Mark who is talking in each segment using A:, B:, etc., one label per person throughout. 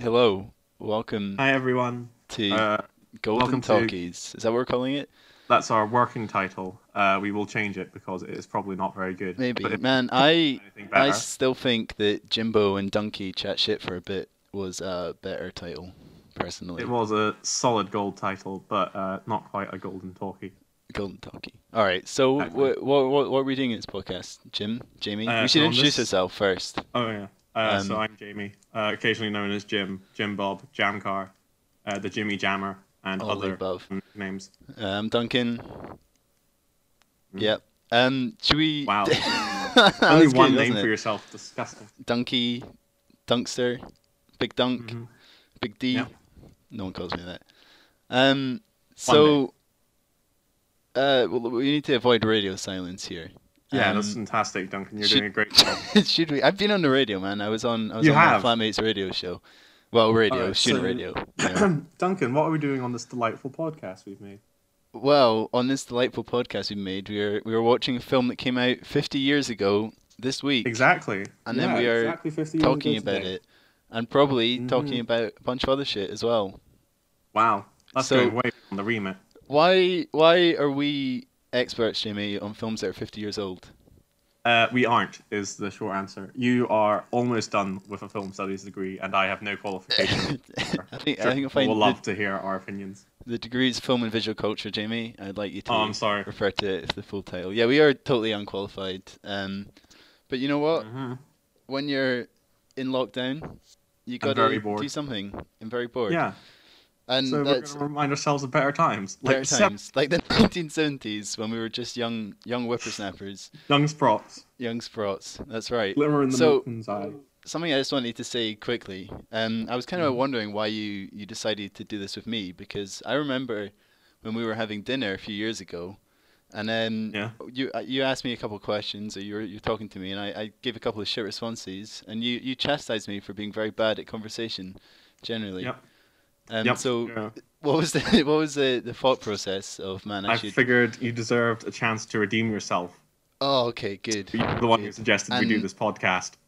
A: Hello, welcome
B: Hi everyone.
A: to
B: Uh,
A: Golden
B: welcome to-
A: Talkies. Is that what we're calling it?
B: that's our working title. Uh, we will change it because it is probably not very good.
A: Maybe.
B: But if
A: Man, I
B: anything
A: I
B: better,
A: still think that Jimbo and Donkey chat shit for a bit was a better title, personally.
B: it was a solid gold title, but uh, not quite a golden talkie.
A: Golden Talkie. All right. So
B: Exactly.
A: what what what are we doing in this podcast? Jim, Jamie.
B: Uh,
A: we should
B: so on
A: introduce
B: this-
A: yourself first.
B: Oh yeah. Uh, so
A: Um,
B: I'm Jamie, uh, occasionally known as Jim, Jim Bob, Jamcar, uh, the Jimmy Jammer, and
A: All of the
B: other
A: above.
B: um, names.
A: Um, Duncan.
B: Hmm.
A: Yep. Um, should we?
B: Wow.
A: That
B: Only
A: was good,
B: one
A: wasn't
B: name
A: it?
B: for yourself. Disgusting.
A: Donkey, Dunkster, Big Dunk,
B: Mhm.
A: Big D.
B: Yeah.
A: No one calls me that. Um, so, uh, well, we need to avoid radio silence here.
B: Yeah,
A: Um,
B: that's fantastic, Duncan. You're
A: should-
B: doing a great job.
A: should we? I've been on the radio, man. I was on. I was
B: You
A: on
B: have?
A: my flatmate's radio show. Well, radio,
B: Alright,
A: student
B: so-
A: radio. you know.
B: Duncan, what are we doing on this delightful podcast we've made?
A: Well, on this delightful podcast we made, we were we were watching a film that came out 50 years ago this week,
B: Exactly.
A: And then
B: Yeah,
A: we are
B: exactly 50 years ago
A: talking about
B: today.
A: it, and probably talking
B: Mhm.
A: about a bunch of other shit as well.
B: Wow, that's
A: So-
B: going way on the remit.
A: Why why are we experts, Jamie, on films that are 50 years old?
B: Uh, we aren't is the short answer. You are almost done with a film studies degree, and I have no qualifications.
A: I think
B: Sure,
A: I think I find
B: we'll
A: the,
B: love to hear our opinions.
A: the degrees film and visual culture, Jamie. I'd like you to
B: Oh, I'm sorry.
A: refer to it as the full title. Yeah, we are totally unqualified. Um, but you know what?
B: Mhm.
A: When you're in lockdown, you
B: I'm
A: got
B: very
A: to
B: bored.
A: do something. I'm very bored.
B: Yeah,
A: and
B: so we're going
A: Mm, that's
B: to remind ourselves of better times, like
A: better
B: seven
A: times, like the 1970s when we were just young, young whippersnappers,
B: young sprots,
A: young sprouts. That's right.
B: glimmer in the
A: So-
B: moon's eye.
A: Something I just wanted to say quickly. Um, I was kind of
B: Mhm.
A: wondering why you you decided to do this with me because I remember when we were having dinner a few years ago, and then
B: Yeah.
A: you uh, you asked me a couple of questions or you were you're talking to me and I, I gave a couple of shit responses and you you chastised me for being very bad at conversation, generally.
B: Yep.
A: Um,
B: yep.
A: So
B: yeah.
A: what was the what was the, the thought process of man? I,
B: I
A: should.
B: figured you deserved a chance to redeem yourself.
A: oh, okay, good.
B: You're the one who
A: Good.
B: suggested we do
A: And-
B: this podcast.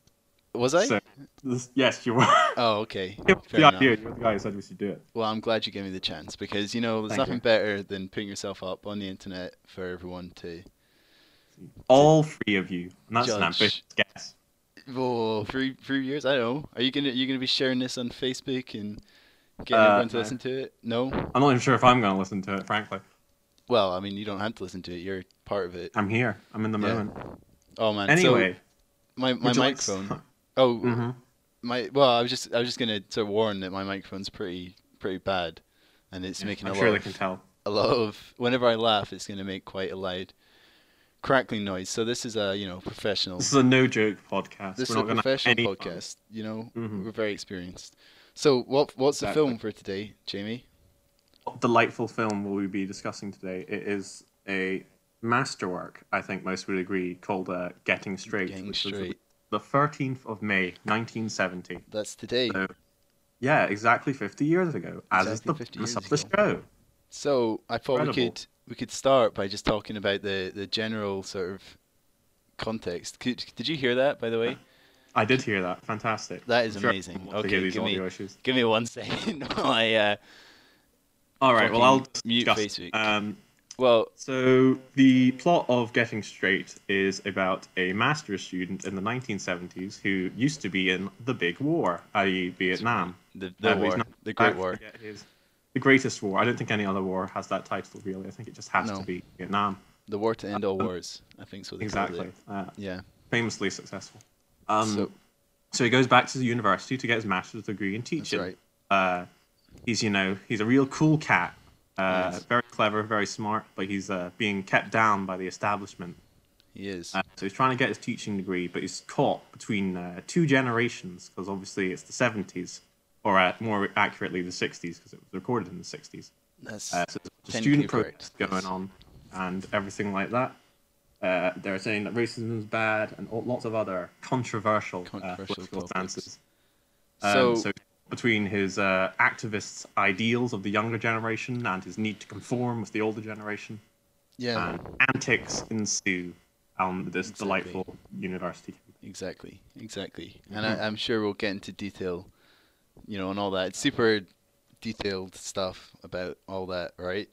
A: Was I?
B: So, this, yes, you were.
A: Oh, okay.
B: Yep,
A: Fair
B: the
A: enough.
B: idea. You're the guy who said we should do it.
A: Well, I'm glad you gave me the chance because you know there's
B: Thank
A: nothing
B: you.
A: better than putting yourself up on the internet for everyone to.
B: All three of you. And that's an
A: Judge.
B: ambitious guess.
A: Whoa, three three years. I don't know. Are you gonna you gonna be sharing this on Facebook and getting
B: Uh,
A: everyone to
B: no.
A: listen to it? No.
B: I'm not even sure if I'm going to listen to it, frankly.
A: Well, I mean, you don't have to listen to it. You're part of it.
B: I'm here. I'm in the
A: Yeah.
B: moment.
A: Oh man.
B: Anyway,
A: so my my
B: would you like to-
A: microphone. Oh,
B: Mhm.
A: my. Well, I was just I was just gonna sort of warn that my microphone's pretty pretty bad, and it's making
B: I'm
A: a
B: sure
A: lot
B: they
A: of
B: can tell.
A: a lot of whenever I laugh, it's going to make quite a loud crackling noise. So this is a you know professional.
B: This is a no joke podcast.
A: This is a
B: We're not gonna have
A: professional
B: any fun.
A: podcast. You know,
B: Mhm.
A: we're very experienced. So what what's the
B: Exactly.
A: film for today, Jamie?
B: What delightful film will we be discussing today? It is a masterwork, I think most would agree, called uh, Getting Straight.
A: Getting
B: which was
A: Straight.
B: The 13th of May, 1970.
A: That's today.
B: So, yeah, exactly 50 years ago, as
A: Exactly
B: is the
A: 50
B: premise
A: years
B: of the
A: ago.
B: show.
A: So I thought we
B: Incredible.
A: could we could start by just talking about the the general sort of context. Could, did you hear that by the way?
B: I did hear that. Fantastic.
A: That is
B: I'm sure
A: amazing.
B: everyone wants to
A: Okay,
B: hear these
A: give me-
B: audio issues.
A: Give me one second. while I uh,
B: All right. Well, I'll
A: fucking mute
B: discuss.
A: Facebook.
B: Um,
A: well,
B: so the plot of Getting Straight is about a master's student in the 1970s who used to be in the Big War, i.e., Vietnam.
A: the the
B: Uh, but he's
A: war,
B: not
A: the Great
B: I
A: War.
B: forget his- the Greatest War. I don't think any other war has that title really. I think it just has
A: No.
B: to be Vietnam.
A: The war to end all wars, I think is what they called
B: Um, Exactly.
A: it.
B: Uh,
A: Yeah.
B: famously successful. Um,
A: so
B: so, he goes back to the university to get his master's degree in
A: that's
B: teaching.
A: right.
B: uh, he's you know he's a real cool cat, uh,
A: Yes.
B: very clever, very smart, but he's uh, being kept down by the establishment.
A: He is.
B: Uh, so he's trying to get his teaching degree, but he's caught between uh, two generations because obviously it's the seventies, or uh, more accurately the sixties because it was recorded in the sixties.
A: That's
B: Uh, so there's a
A: Technically
B: student
A: correct,
B: protest going
A: yes.
B: on and everything like that. Uh, they're saying that racism is bad and all, lots of other controversial,
A: Controversial
B: uh, political
A: topics.
B: stances.
A: So-
B: Um, so, between his uh, activist ideals of the younger generation and his need to conform with the older generation,
A: yeah,
B: and antics ensue on this
A: Exactly.
B: delightful university. Mm-hmm.
A: exactly, exactly. And I, I'm sure we'll get into detail you know, and all that. It's super detailed stuff about all that, right?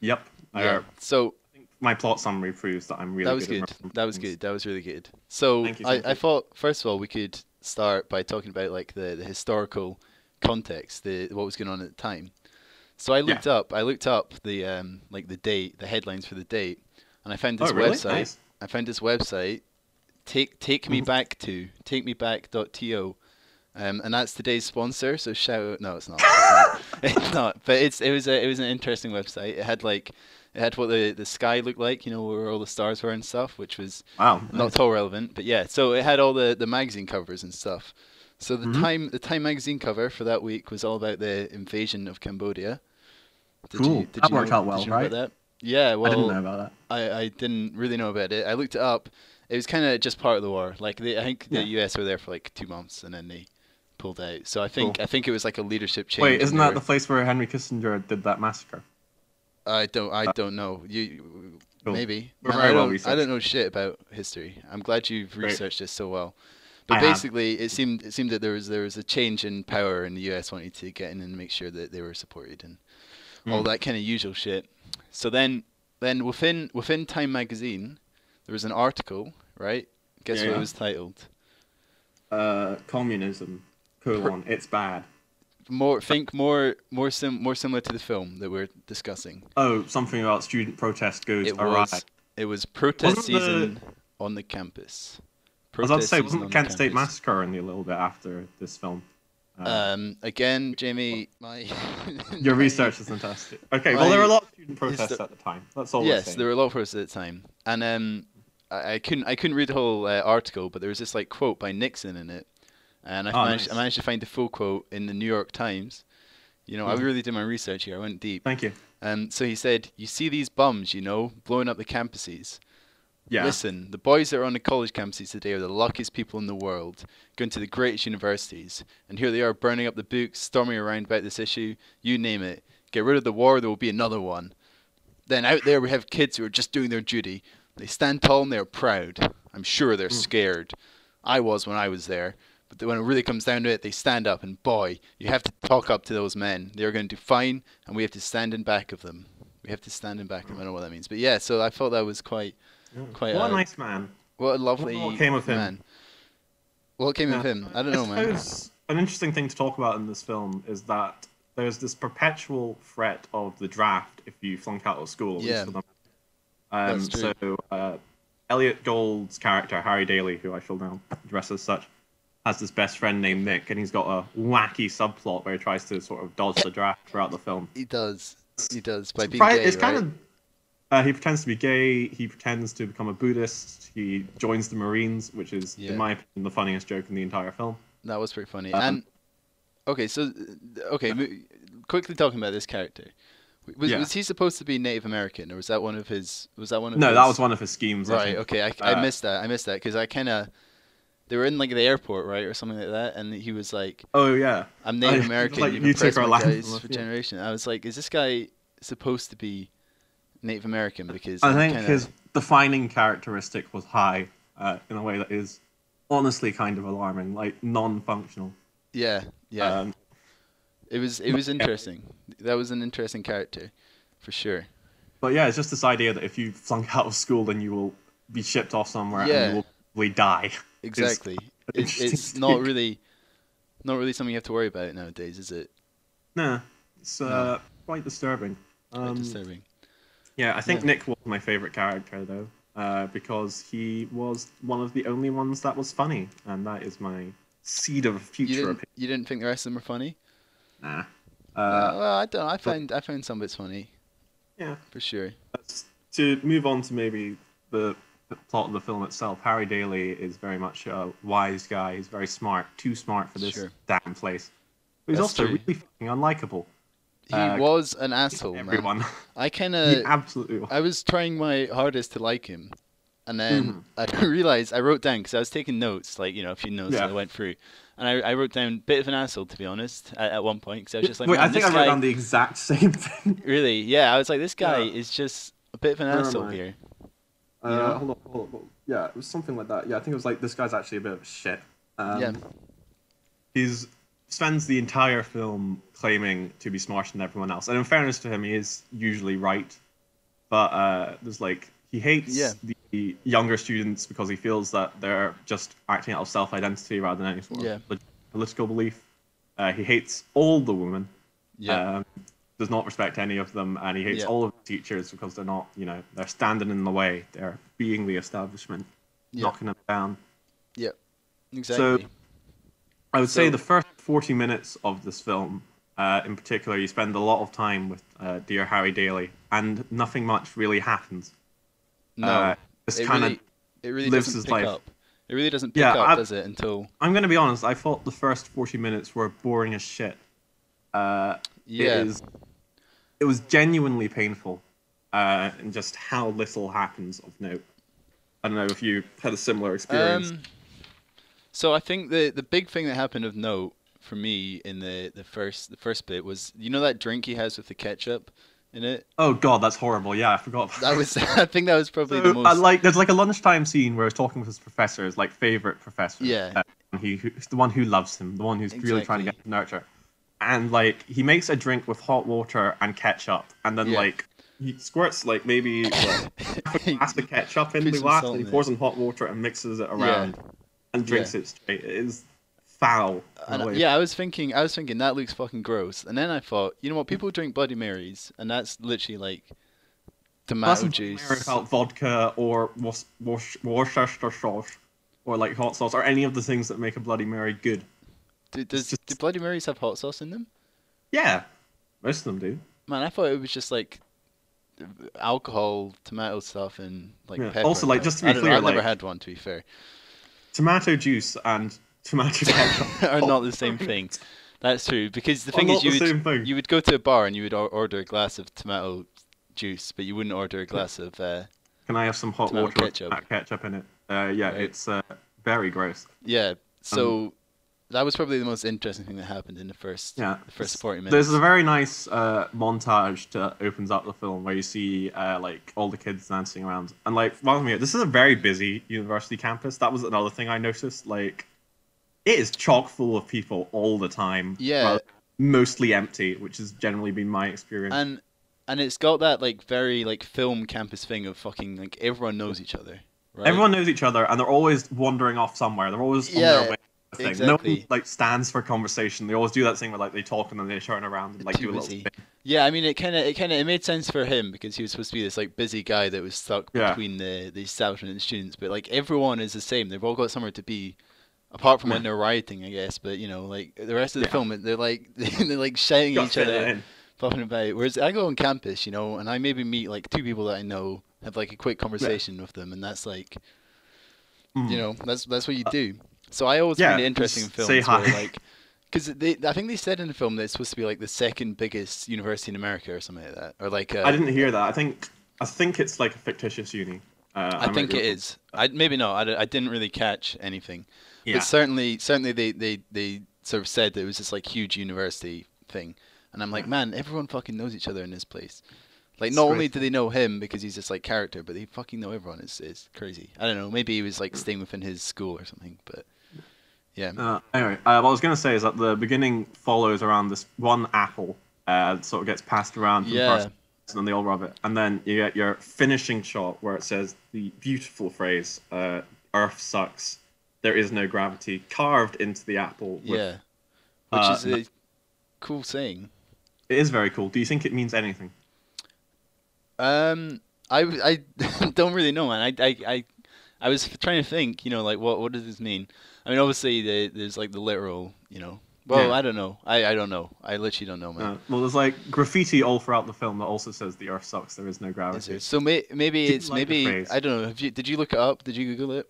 B: Yep.
A: yeah.
B: Uh,
A: So
B: my plot summary proves that I'm really
A: that was
B: good.
A: good.
B: at remembering
A: That was
B: things.
A: good. That was really good. So
B: Thank you, thank
A: I, I
B: you.
A: thought first of all we could start by talking about like the, the historical context, the what was going on at the time. So I looked up I looked up the um like the date, the headlines for the date, and I found
B: Oh,
A: this
B: really?
A: website.
B: Nice. Mm-hmm.
A: I found this website take take me back to take me back dot to um, and that's today's sponsor so shout out no it's not it's not, It's not. but it's it was a, it was an interesting website it had like it had what the, the sky looked like you know where all the stars were and stuff which was
B: Wow.
A: not at all relevant but yeah so it had all the, the magazine covers and stuff so the
C: Mm-hmm.
B: Mhm.
A: time the time magazine cover for that week was all about the invasion of cambodia
C: Cool. That worked
A: know-
C: out well,
A: did you know about
C: right?
A: that? yeah well
C: I didn't know about that.
A: I, I didn't really know about it. I looked it up. It was kind of just part of the war. Like they, I think the US were there for like two months and then they pulled out. So I think I think it was like a leadership change.
B: Wait,
A: and
B: isn't
A: they
B: that
A: were-
B: the place where Henry Kissinger did that massacre?
A: I don't I don't know. You
B: Cool.
A: maybe.
B: We're
A: Man,
B: very
A: I
B: well
A: don't I
B: researched.
A: don't know shit about history. I'm glad you've
B: Great.
A: researched this so well. But
B: I have.
A: basically, it seemed it seemed that there was there was a change in power, and the US wanted to get in and make sure that they were supported and all
B: Mm.
A: that kind of usual shit. So then then within within Time magazine, there was an article, right? Guess
B: Yeah,
A: what
B: yeah.
A: it was titled?
B: Uh, communism. Colon. It's bad.
A: More think more more sim more similar to the film that we're discussing.
B: Oh, something about student protest goes
A: It
B: awry.
A: was it was protest
B: Wasn't the-
A: season on the campus.
B: I was about to
A: Protest
B: say,
A: season
B: wasn't
A: on
B: the
A: the
B: Kent State
A: campus.
B: massacre only a little bit after this film?
A: Um, again, Jamie, my
B: Your
A: my-
B: research is fantastic. Okay, well,
A: My-
B: there were a lot of student protests
A: the-
B: at the time. That's all.
A: Yes, there were a lot of us at the time, and um, I, I couldn't I couldn't read the whole uh, article, but there was this like quote by Nixon in it, and I
B: Oh,
A: managed I
B: nice.
A: managed to find the full quote in the New York Times. You know, I
B: Mhm.
A: really did my research here. I went deep.
B: Thank you.
A: Um, so he said, "You see these bums, you know, blowing up the campuses.
B: Yeah.
A: Listen, the boys that are on the college campuses today are the luckiest people in the world, going to the greatest universities. And here they are burning up the books, storming around about this issue, you name it. Get rid of the war, there will be another one. Then out there we have kids who are just doing their duty. They stand tall and they're proud. I'm sure they're scared. I was when I was there. But then when it really comes down to it, they stand up, and boy, you have to talk up to those men. They're going to do fine, and we have to stand in back of them. We have to stand in back of them. I don't know what that means. But yeah, so I thought that was quite quite
B: what
A: uh,
B: a nice man.
A: what a lovely
B: What came of him?
A: man. What came of
B: Yeah.
A: him? I don't know, man.
B: suppose An interesting thing to talk about in this film is that there's this perpetual threat of the draft if you flunk out of school. at least
A: Yeah.
B: for them. Um,
A: That's true.
B: So uh, Elliot Gould's character Harry Daly, who I shall now address as such, has this best friend named Nick, and he's got a wacky subplot where he tries to sort of dodge the draft throughout the film.
A: He does. He does by being
B: Pri-
A: gay,
B: it's kind
A: right?
B: of. Uh, he pretends to be gay. He pretends to become a Buddhist. He joins the Marines, which is,
A: Yeah.
B: in my opinion, the funniest joke in the entire film.
A: That was pretty funny.
B: Um,
A: and okay, so uh, okay, mo- quickly talking about this character. W- Was,
B: Yeah.
A: was he supposed to be Native American, or was that one of his? Was that one of
B: No,
A: his...
B: that was one of his schemes. I
A: Right.
B: think.
A: Okay. I, I
B: Uh,
A: missed that. I missed that because I kind of they were in like the airport, right, or something like that, and he was like,
B: Oh yeah.
A: "I'm Native
B: I-
A: American.
B: like,
A: you've
B: you took
A: impressed
B: our
A: my
B: land
A: guys
B: from us,
A: for
B: yeah.
A: generation." I was like, "Is this guy supposed to be Native American?" Because
B: I
A: I'm
B: think
A: kinda-
B: his defining characteristic was high, uh, in a way that is honestly kind of alarming, like non-functional.
A: yeah yeah
B: Um,
A: It was it was interesting. That was an interesting character, for sure.
B: but yeah, it's just this idea that if you flunk out of school, then you will be shipped off somewhere
A: Yeah.
B: and you will probably die.
A: Exactly. It's,
B: interesting
A: it's not
B: take.
A: really, not really something you have to worry about nowadays, is it?
B: Nah, it's uh, quite disturbing.
A: Quite
B: Um,
A: disturbing.
B: Yeah, I think
A: Yeah.
B: Nick was my favorite character though, uh, because he was one of the only ones that was funny, and that is my seed of
A: You
B: future
A: didn't you didn't think the rest of them were funny?
B: opinion.
A: Uh,
B: Nah. Uh,
A: well, I don't. know. I found I found some bits funny
B: yeah.
A: for sure.
B: That's- to move on to maybe the the plot of the film itself, Harry Daly is very much a wise guy. He's very smart, too smart for this
A: Sure.
B: damn place. But he's
A: That's
B: also
A: true.
B: really fucking unlikable.
A: He
B: Uh,
A: was an asshole, man.
B: Everyone,
A: I kind
B: he
A: of
B: absolutely. Was.
A: I was trying my hardest to like him, and then I realized I wrote down because I was taking notes, like you know, a few notes
B: Mm-hmm. Yeah.
A: that I went through, and I, I wrote down bit of an asshole to be honest at, at one point because I was just like,
B: Wait, I
A: "Man,
B: think I
A: this
B: wrote
A: guy-
B: down the exact same thing.
A: Really? Yeah, I was like, this guy
B: Yeah.
A: is just a bit of an
B: Never
A: asshole
B: mind.
A: here.
B: Uh, hold on, hold on. Yeah, it was something like that. Yeah, I think it was like this guy's actually a bit of a shit. Um,
A: yeah,
B: He's spends the entire film claiming to be smarter than everyone else. And in fairness to him, he is usually right. But uh, there's like he hates
A: Yeah.
B: the younger students because he feels that they're just acting out of self-identity rather than any sort
A: Yeah.
B: of polit- political belief. Uh, he hates all the women.
A: Yeah.
B: Um, does not respect any of them, and he hates
A: Yeah.
B: all of the teachers because they're not, you know, they're standing in the way. They're being the establishment,
A: Yeah.
B: knocking them down.
A: exactly.
B: I would say
A: So-
B: the first 40 minutes of this film, uh, in particular, you spend a lot of time with uh, dear Harry Daly, and nothing much really happens.
A: no,
B: uh, it's
A: it
B: kind of.
A: really, it really
B: lives
A: doesn't
B: his
A: pick
B: life.
A: up. It really doesn't pick
B: Yeah,
A: up,
B: I-
A: does it? Until
B: I'm going to be honest. I thought the first 40 minutes were boring as shit. Uh,
A: yeah,
B: It, is, it was genuinely painful, uh, and just how little happens of note. I don't know if you had a similar experience.
A: Um, so I think the the big thing that happened of note for me in the, the first the first bit was you know that drink he has with the ketchup in it.
B: oh god, that's horrible. Yeah, I forgot. About
A: That was I think that was probably
B: So,
A: the
B: uh,
A: most.
B: like, there's like a lunchtime scene where he's talking with his professor, his like favorite professor.
A: Yeah.
B: uh, and he, who's the one who loves him, the one who's really trying to
A: Exactly.
B: get to nurture. And like, he makes a drink with hot water and ketchup, and then
A: Yeah.
B: like he squirts like maybe like, half a glass of ketchup in
A: Put
B: the
A: some
B: glass,
A: salt
B: and he
A: in it.
B: pours in hot water and mixes it around, and drinks it straight. It is foul.
A: and I-
B: really.
A: yeah, I was thinking, I was thinking that looks fucking gross. And then I thought, you know what? People drink Bloody Marys, and that's literally like
B: That's
A: tomato
B: what
A: juice.
B: I remember about vodka or Wors- Wors- Worcestershire sauce or like hot sauce or any of the things that make a Bloody Mary good.
A: Do, does
B: just-
A: do Bloody Marys have hot sauce in them?
B: Yeah, most of them do.
A: Man, I thought it was just like alcohol, tomato stuff, and like
B: Yeah.
A: pepper.
B: Also, like, just to be
A: I don't know,
B: clear,
A: I've never
B: like-
A: had one. To be fair,
B: Tomato juice and tomato ketchup
A: are not the same thing. That's true because the
B: Oh, Are
A: thing
B: not
A: is, you
B: the
A: would,
B: same thing.
A: you would go to a bar and you would or- order a glass of tomato juice, but you wouldn't order a glass of. Uh,
B: Can I have some hot
A: Tomato
B: water
A: ketchup.
B: with tomato ketchup in it? Uh, yeah,
A: Right.
B: it's uh, very gross.
A: yeah, so that was probably the most interesting thing that happened in the first.
B: Um, Yeah,
A: the first
B: It's-
A: forty minutes.
B: There's a very nice uh, montage that opens up the film where you see uh, like all the kids dancing around, and like while here, this is a very busy university campus. That was another thing I noticed. Like, it is chock full of people all the time.
A: Yeah.
B: rather than mostly empty, which has generally been my experience.
A: and and it's got that like very like film campus thing of fucking like everyone knows each other. Right?
B: Everyone knows each other, and they're always wandering off somewhere. They're always on
A: Yeah,
B: their way. to Thing. No
A: exactly.
B: one like stands for conversation. They always do that thing where like they talk and then they turn around and um, like
A: Too
B: do a little
A: busy.
B: spin.
A: Yeah, I mean, it kind of it kind of it made sense for him because he was supposed to be this like busy guy that was stuck
B: Yeah.
A: between the the establishment and the students. But like everyone is the same; they've all got somewhere to be, apart from when they're rioting, I guess. But you know, like the rest of the
B: Yeah.
A: film, they're like they're like shouting at
B: Got
A: each
B: fit
A: other,
B: in.
A: buffing about. Whereas I go on campus, you know, and I maybe meet like two people that I know, have like a quick conversation with them, and that's like
B: Mm.
A: you know that's that's what you do so i always
B: yeah,
A: find it interesting in
B: just
A: films
B: say
A: where,
B: hi.
A: like because they i think they said in the film that it's supposed to be like the second biggest university in america or something like that or like uh,
B: I didn't hear that. I think I think it's like a fictitious uni. Uh,
A: I
B: might
A: think
B: be
A: it
B: wrong.
A: is i maybe not i, d- I didn't really catch anything
B: Yeah.
A: but certainly certainly they they they sort of said that it was this like huge university thing and i'm like man everyone fucking knows each other in this place like
B: It's
A: not only do they know him because he's this like character, but they fucking know everyone. It's, it's crazy. I don't know. Maybe he was
B: Mm.
A: like staying within his school or something. But yeah,
B: Uh, anyway, uh, what I was going to say is that the beginning follows around this one apple uh, that sort of gets passed around from
A: Yeah.
B: person to person and they all rub it. And then you get your finishing shot where it says the beautiful phrase, uh, Earth sucks, there is no gravity, carved into the apple. with-
A: Yeah. Which
B: uh,
A: is a cool saying.
B: It is very cool. Do you think it means anything?
A: Um, I, w- I don't really know, man. I, I, I, I was trying to think, you know, like, what, what does this mean? I mean, obviously, the, there's like the literal, you know. Well,
B: Yeah.
A: I don't know. I, I don't know. I literally don't know, man.
B: Uh, well, there's like graffiti all throughout the film that also says the Earth sucks, there is no gravity.
A: Is there- So may, maybe
B: Oh, Didn't
A: it's
B: like
A: maybe
B: the phrase.
A: I don't know. Have you, did you look it up? Did you Google it?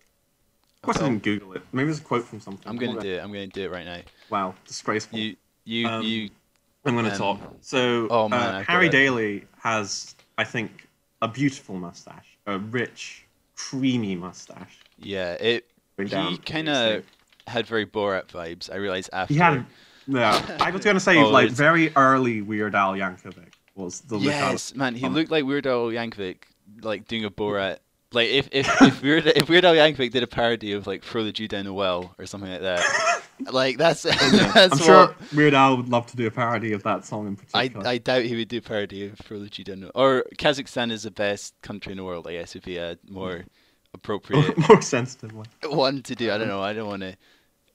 B: Of course, I didn't Google it. Maybe it's a quote from something.
A: I'm gonna do it. I'm gonna do it right now.
B: Wow, disgraceful.
A: You you
B: Um,
A: you.
B: I'm going to
A: um,
B: talk. So,
A: oh, man,
B: uh,
A: I've got
B: Harry
A: it.
B: Daly has, I think, a beautiful mustache, a rich, creamy mustache.
A: Yeah, it.
B: Going
A: He
B: down.
A: kind of had very Borat vibes. I realized after.
B: He had. Yeah, I was going to say,
A: Oh,
B: like,
A: it's-
B: very early Weird Al Yankovic was the look I was-
A: Yes, man, he
B: um,
A: looked like Weird Al Yankovic, like doing a Borat. Like if if if Weird if Weird Al Yankovic did a parody of like throw the Jew down a well or something like that, Like that's
B: Oh, Yeah.
A: that's
B: I'm
A: what
B: sure Weird Al would love to do a parody of that song in
A: I,
B: particular.
A: I doubt he would do parody of Prodigy Don't Know. Or Kazakhstan is the best country in the world, I guess, would be a more appropriate
B: More sensitive one.
A: one to do. I don't know. I don't want to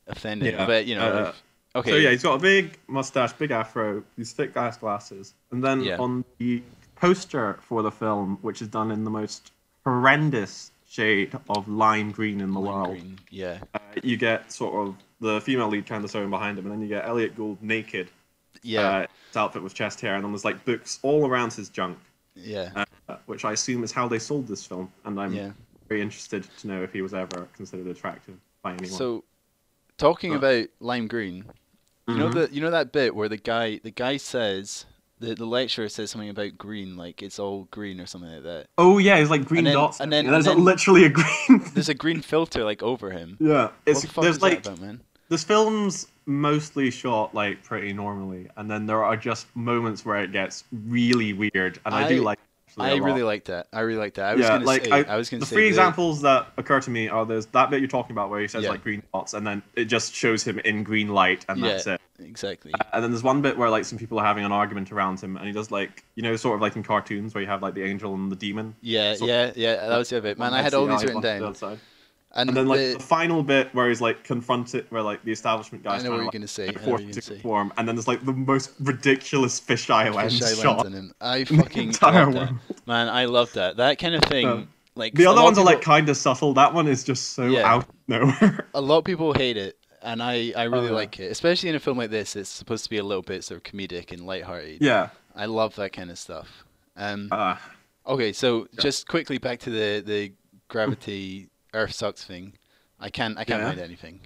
A: offend him,
B: Yeah,
A: but you know.
B: uh,
A: if- okay.
B: So yeah, he's got a big mustache, big afro, these thick glass glasses, and then
A: Yeah.
B: on the poster for the film, which is done in the most horrendous shade of lime green in the
A: lime
B: world,
A: green, Yeah.
B: uh, you get sort of the female lead Candace Owen behind him, and then you get Elliot Gould naked,
A: Yeah.
B: uh, his outfit was chest hair, and then there's like books all around his junk,
A: yeah.
B: uh, which I assume is how they sold this film, and I'm
A: Yeah.
B: very interested to know if he was ever considered attractive by anyone.
A: So, talking
B: Uh,
A: about lime green, you know
B: Mhm.
A: the you know that bit where the guy the guy says the the lecturer says something about green, like it's all green or something like that.
B: oh yeah, he's like green
A: then-
B: dots,
A: and then-
B: and there's
A: and then-
B: literally a green.
A: There's a green filter like over him.
B: Yeah, it's
A: what the fuck
B: there's
A: is
B: like
A: that about, man?
B: this film's mostly shot like pretty normally, and then there are just moments where it gets really weird, and I,
A: I-
B: do like. it actually
A: I
B: a lot.
A: really like that. I really like that. I was gonna say. I, was gonna
B: the
A: say
B: three
A: the-
B: examples that occur to me are there's that bit you're talking about where he says
A: Yeah.
B: like green dots, and then it just shows him in green light, and
A: Yeah.
B: that's it.
A: Exactly.
B: And then there's one bit where like some people are having an argument around him, and he does like you know sort of like in cartoons where you have like the angel and the demon.
A: Yeah,
B: So-
A: yeah, yeah. That was the other bit. Man, I had all these written down.
B: And,
A: And,
B: then like the...
A: the-
B: final bit where he's like confronted, where like the establishment
A: I
B: guys.
A: know what
B: trying to,
A: you're gonna
B: like,
A: say. I
B: and
A: know what
B: forced
A: you're
B: to
A: gonna say.
B: perform, and then there's like the most ridiculous fisheye lens
A: Fisheye
B: shot.
A: lens on him. I fucking
B: entire
A: love that. Man, I love that. That kind of thing.
B: Yeah.
A: Like
B: The
A: a
B: other
A: lot
B: ones
A: of
B: are like
A: people-
B: kind of subtle. That one is just so
A: Yeah.
B: out of nowhere.
A: a lot of people hate it, and I I really
B: Oh, yeah.
A: like it, especially in a film like this. It's supposed to be a little bit sort of comedic and lighthearted.
B: yeah.
A: I love that kind of stuff. Um,
B: Uh,
A: okay, so just quickly back to the the gravity Earth sucks thing. I can't I can't
B: Yeah.
A: find anything.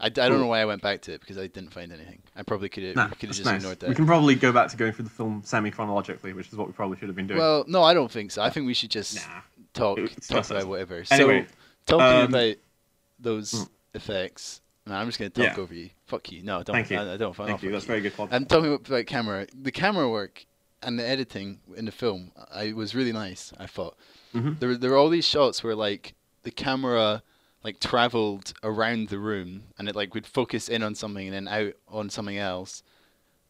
A: I, I don't know why I went back to it because I didn't find anything. I probably could have
B: nah,
A: could have
B: that's
A: just
B: nice.
A: ignored that.
B: We can probably go back to going through the film semi chronologically, which is what we probably should have been doing.
A: Well, no, I don't think so. I think we should just
B: nah.
A: talk
B: It-
A: talk
B: discuss
A: about
B: it.
A: whatever.
B: Anyway,
A: so talking
B: um,
A: about those
B: mm.
A: effects. No, I'm just gonna talk
B: Yeah.
A: over you. Fuck you. No, don't.
B: Thank you.
A: I, I don't.
B: Thank you. That's very good.
A: I'm talking about, about camera. The camera work and the editing in the film, I was really nice. I thought
B: Mhm.
A: there were there were all these shots where like the camera like traveled around the room and it like would focus in on something and then out on something else.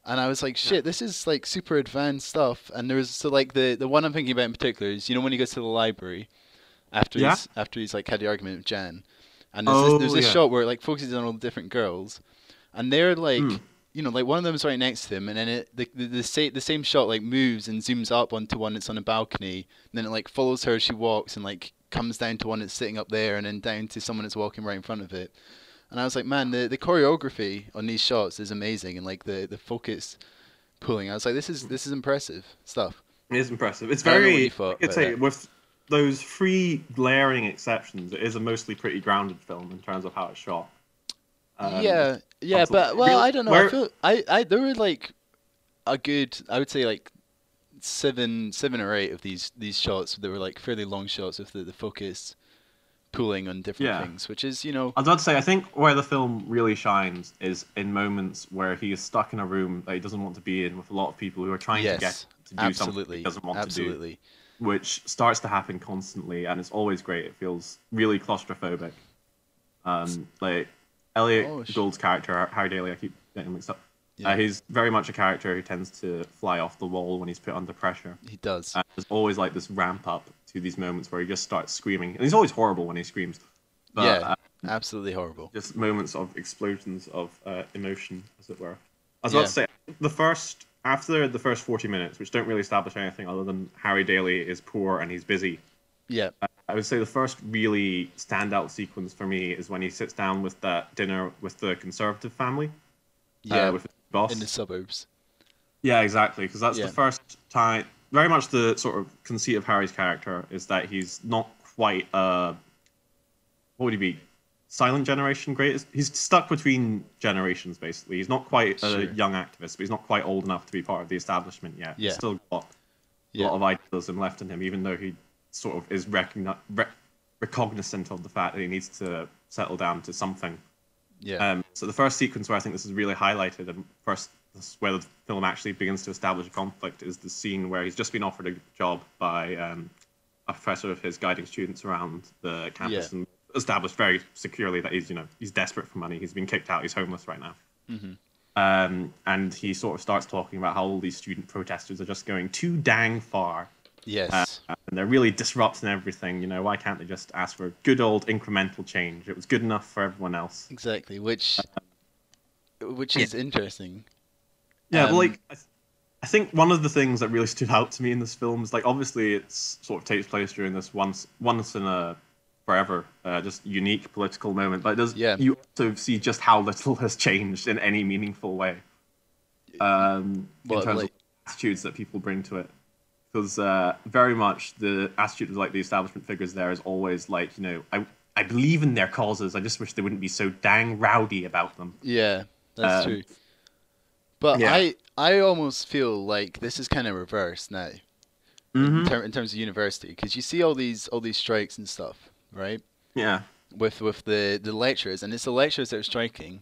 A: And I was like, shit, this is like super advanced stuff. And there was so like the the one I'm thinking about in particular is you know when he goes to the library after
B: Yeah.
A: he's after he's like had the argument with Jan, and there's this, there's
B: Oh,
A: this
B: yeah.
A: shot where it like focuses on all the different girls, and they're like
B: Hmm.
A: you know like one of them's right next to him, and then it the the, the, sa- the same shot like moves and zooms up onto one that's on a balcony, and then it like follows her as she walks and like comes down to one that's sitting up there, and then down to someone that's walking right in front of it. And I was like, man, the, the choreography on these shots is amazing, and like the, the focus pulling. I was like, this is this is impressive stuff.
B: It is impressive.
A: I
B: It's
A: don't know what
B: very.
A: you thought
B: I'd
A: about
B: say
A: that.
B: with those three glaring exceptions, it is a mostly pretty grounded film in terms of how it's shot. Um,
A: yeah, yeah,
B: absolutely.
A: but well,
B: Real-
A: I don't know. I
B: where-
A: feel I, I there were like a good, I would say like seven, seven or eight of these these shots that were like fairly long shots with the, the focus pulling on different
B: Yeah.
A: things, which is you know
B: I was about to say, I think where the film really shines is in moments where he is stuck in a room that he doesn't want to be in with a lot of people who are trying to
A: yes,
B: get him to do something
A: absolutely,
B: he doesn't want to
A: absolutely.
B: do, which starts to happen constantly, and it's always great. It feels really claustrophobic. Um, like Elliot
A: Oh, shit.
B: Gould's character, Harry Daly, I keep getting mixed up. Uh,
A: Yeah.
B: he's very much a character who tends to fly off the wall when he's put under pressure.
A: He does.
B: And there's always like this ramp up to these moments where he just starts screaming, and he's always horrible when he screams. But,
A: yeah,
B: uh,
A: absolutely horrible.
B: just moments of explosions of uh, emotion, as it were. I was
A: Yeah.
B: about to say the first after the first forty minutes, which don't really establish anything other than Harry Daly is poor and he's busy.
A: Yeah,
B: I would say the first really standout sequence for me is when he sits down with that dinner with the conservative family, uh,
A: yeah.
B: with his boss.
A: in the suburbs.
B: Yeah, exactly, because that's
A: Yeah.
B: the first time. Very much the sort of conceit of Harry's character is that he's not quite uh, what would he be? Silent generation greatest. He's stuck between generations basically. He's not quite a
A: Sure.
B: young activist, but he's not quite old enough to be part of the establishment yet.
A: Yeah.
B: He's still got
A: Yeah.
B: a lot of idealism left in him, even though he sort of is recogni- rec- recognizant of the fact that he needs to settle down to something.
A: Yeah,
B: Um, so the first sequence where I think this is really highlighted, and first this is where the film actually begins to establish a conflict, is the scene where he's just been offered a job by um, a professor of his guiding students around the campus,
A: Yeah.
B: and established very securely that he's you know he's desperate for money. He's been kicked out. He's homeless right now.
A: Mm-hmm.
B: Um, and he sort of starts talking about how all these student protesters are just going too dang far
A: Yes.
B: uh, and they're really disrupting everything. You know, why can't they just ask for good old incremental change? It was good enough for everyone else.
A: exactly. Which,
B: uh,
A: which is interesting.
B: Yeah,
A: Um,
B: but like, I, th- I think one of the things that really stood out to me in this film is like, obviously, it's sort of takes place during this once, once in a forever, uh, just unique political moment. But does
A: Yeah.
B: you also see just how little has changed in any meaningful way, um,
A: Well,
B: in terms
A: like-
B: of attitudes that people bring to it. Because uh, very much the attitude of like the establishment figures there is always like, you know, I I believe in their causes. I just wish they wouldn't be so dang rowdy about them.
A: Yeah, that's
B: Um,
A: true. But
B: yeah.
A: I, I almost feel like this is kind of reversed now.
B: Hmm?
A: in, ter- in terms of university because you see all these all these strikes and stuff right
B: Yeah.
A: with with the the lecturers and it's the lecturers that are striking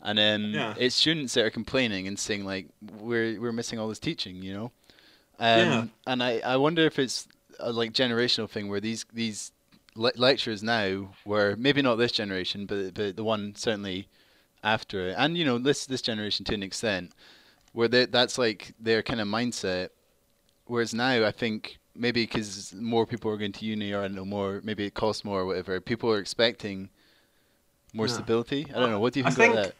A: and um,
B: Yeah.
A: it's students that are complaining and saying like we're we're missing all this teaching you know um,
B: Yeah.
A: and I, I wonder if it's a like generational thing where these these le- lecturers now were maybe not this generation but but the one certainly after it and you know this this generation to an extent where they, that's like their kind of mindset whereas now i think maybe because more people are going to uni or i don't know more maybe it costs more or whatever people are expecting more
B: Yeah.
A: stability i don't know what do you
B: I
A: think, about
B: think-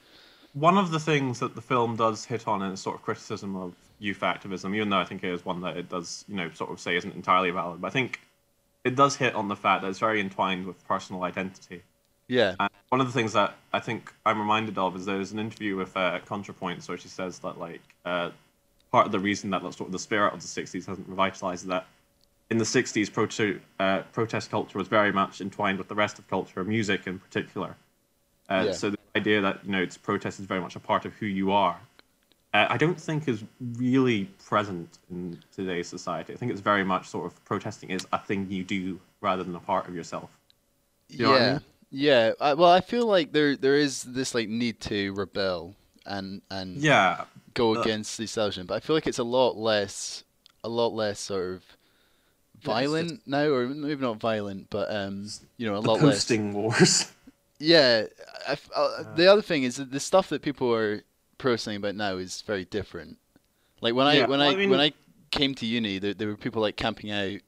B: one of the things that the film does hit on in its sort of criticism of youth activism, even though I think it is one that it does, you know, sort of say isn't entirely valid, but I think it does hit on the fact that it's very entwined with personal identity.
A: that yeah
B: And one of the things that I think I'm reminded of is there's an interview with uh, ContraPoints where she says that like uh, part of the reason that like, sort of the spirit of the '60s hasn't revitalized is that in the '60s proto- uh, protest culture was very much entwined with the rest of culture, music in particular. Uh,
A: Yeah.
B: So the idea that you know it's protest is very much a part of who you are. Uh, I don't think is really present in today's society. I think it's very much sort of protesting is a thing you do rather than a part of yourself. You know
A: yeah
B: what I mean?
A: yeah I, well i feel like there there is this like need to rebel and and
B: Yeah,
A: go
B: Uh,
A: against the establishment, but I feel like it's a lot less, a lot less sort of violent now, or maybe not violent, but um, you know, a
B: the
A: lot less.
B: posting wars.
A: Yeah, I, I-
B: Uh,
A: the other thing is that the stuff that people are protesting about now is very different. Like when I
B: Yeah,
A: when
B: well,
A: I,
B: I mean-
A: when I came to uni, there, there were people like camping out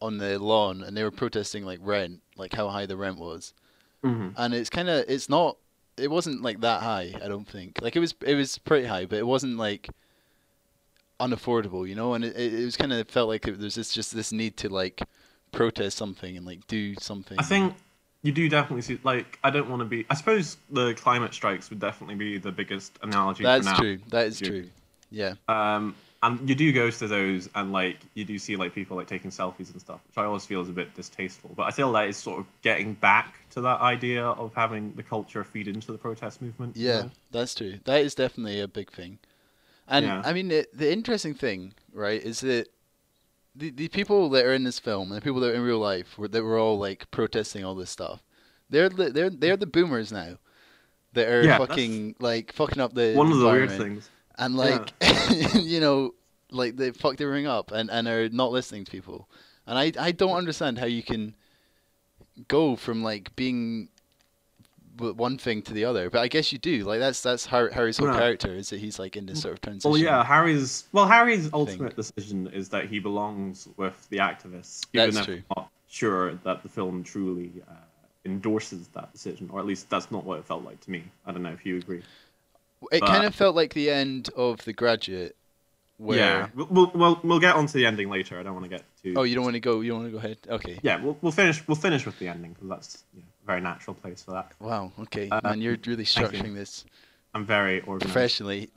A: on the lawn, and they were protesting like rent, like how high the rent was
B: hmm
A: and it's kind of it's not it wasn't like that high i don't think like it was it was pretty high but it wasn't like unaffordable you know and it, it it was kind of felt like it, there's this just this need to like protest something and like do something
B: I think you do definitely see. Like, I don't want to be. I suppose the climate strikes would definitely be the biggest analogy.
A: that's
B: for now.
A: true that is
B: Yeah.
A: true yeah
B: Um, and you do go to those, and like you do see like people like taking selfies and stuff, which I always feel is a bit distasteful. But I feel that is sort of getting back to that idea of having the culture feed into the protest movement. you
A: yeah
B: know?
A: that's true that is definitely a big thing and
B: Yeah.
A: i mean the, the interesting thing right is that the, the people that are in this film and the people that are in real life were, that were all like protesting all this stuff they're the, they're they're the boomers now that are
B: Yeah, that's-
A: fucking like fucking up the
B: One of the weird
A: environment
B: things.
A: and
B: yeah.
A: like you know like they fucked everything up and, and are not listening to people and I, I don't understand how you can go from like being w- one thing to the other but I guess you do like that's that's Har- Harry's whole
B: No.
A: character is that he's like in this sort of transition
B: Well, yeah, Harry's. Well, Harry's ultimate decision is that he belongs with the activists, even
A: That's
B: if
A: true.
B: I'm not sure that the film truly uh, endorses that decision, or at least that's not what it felt like to me. I don't know if you agree.
A: it
B: but-
A: kind of felt like the end of The Graduate where
B: Yeah, we'll, we'll we'll we'll get onto the ending later. I don't want to get too.
A: oh you don't want to go you don't want to go ahead okay
B: Yeah, we'll we'll finish we'll finish with the ending because that's you know, a very natural place for that.
A: wow okay
B: Uh,
A: man you're really
B: thank you.
A: structuring this
B: I'm very organized.
A: professionally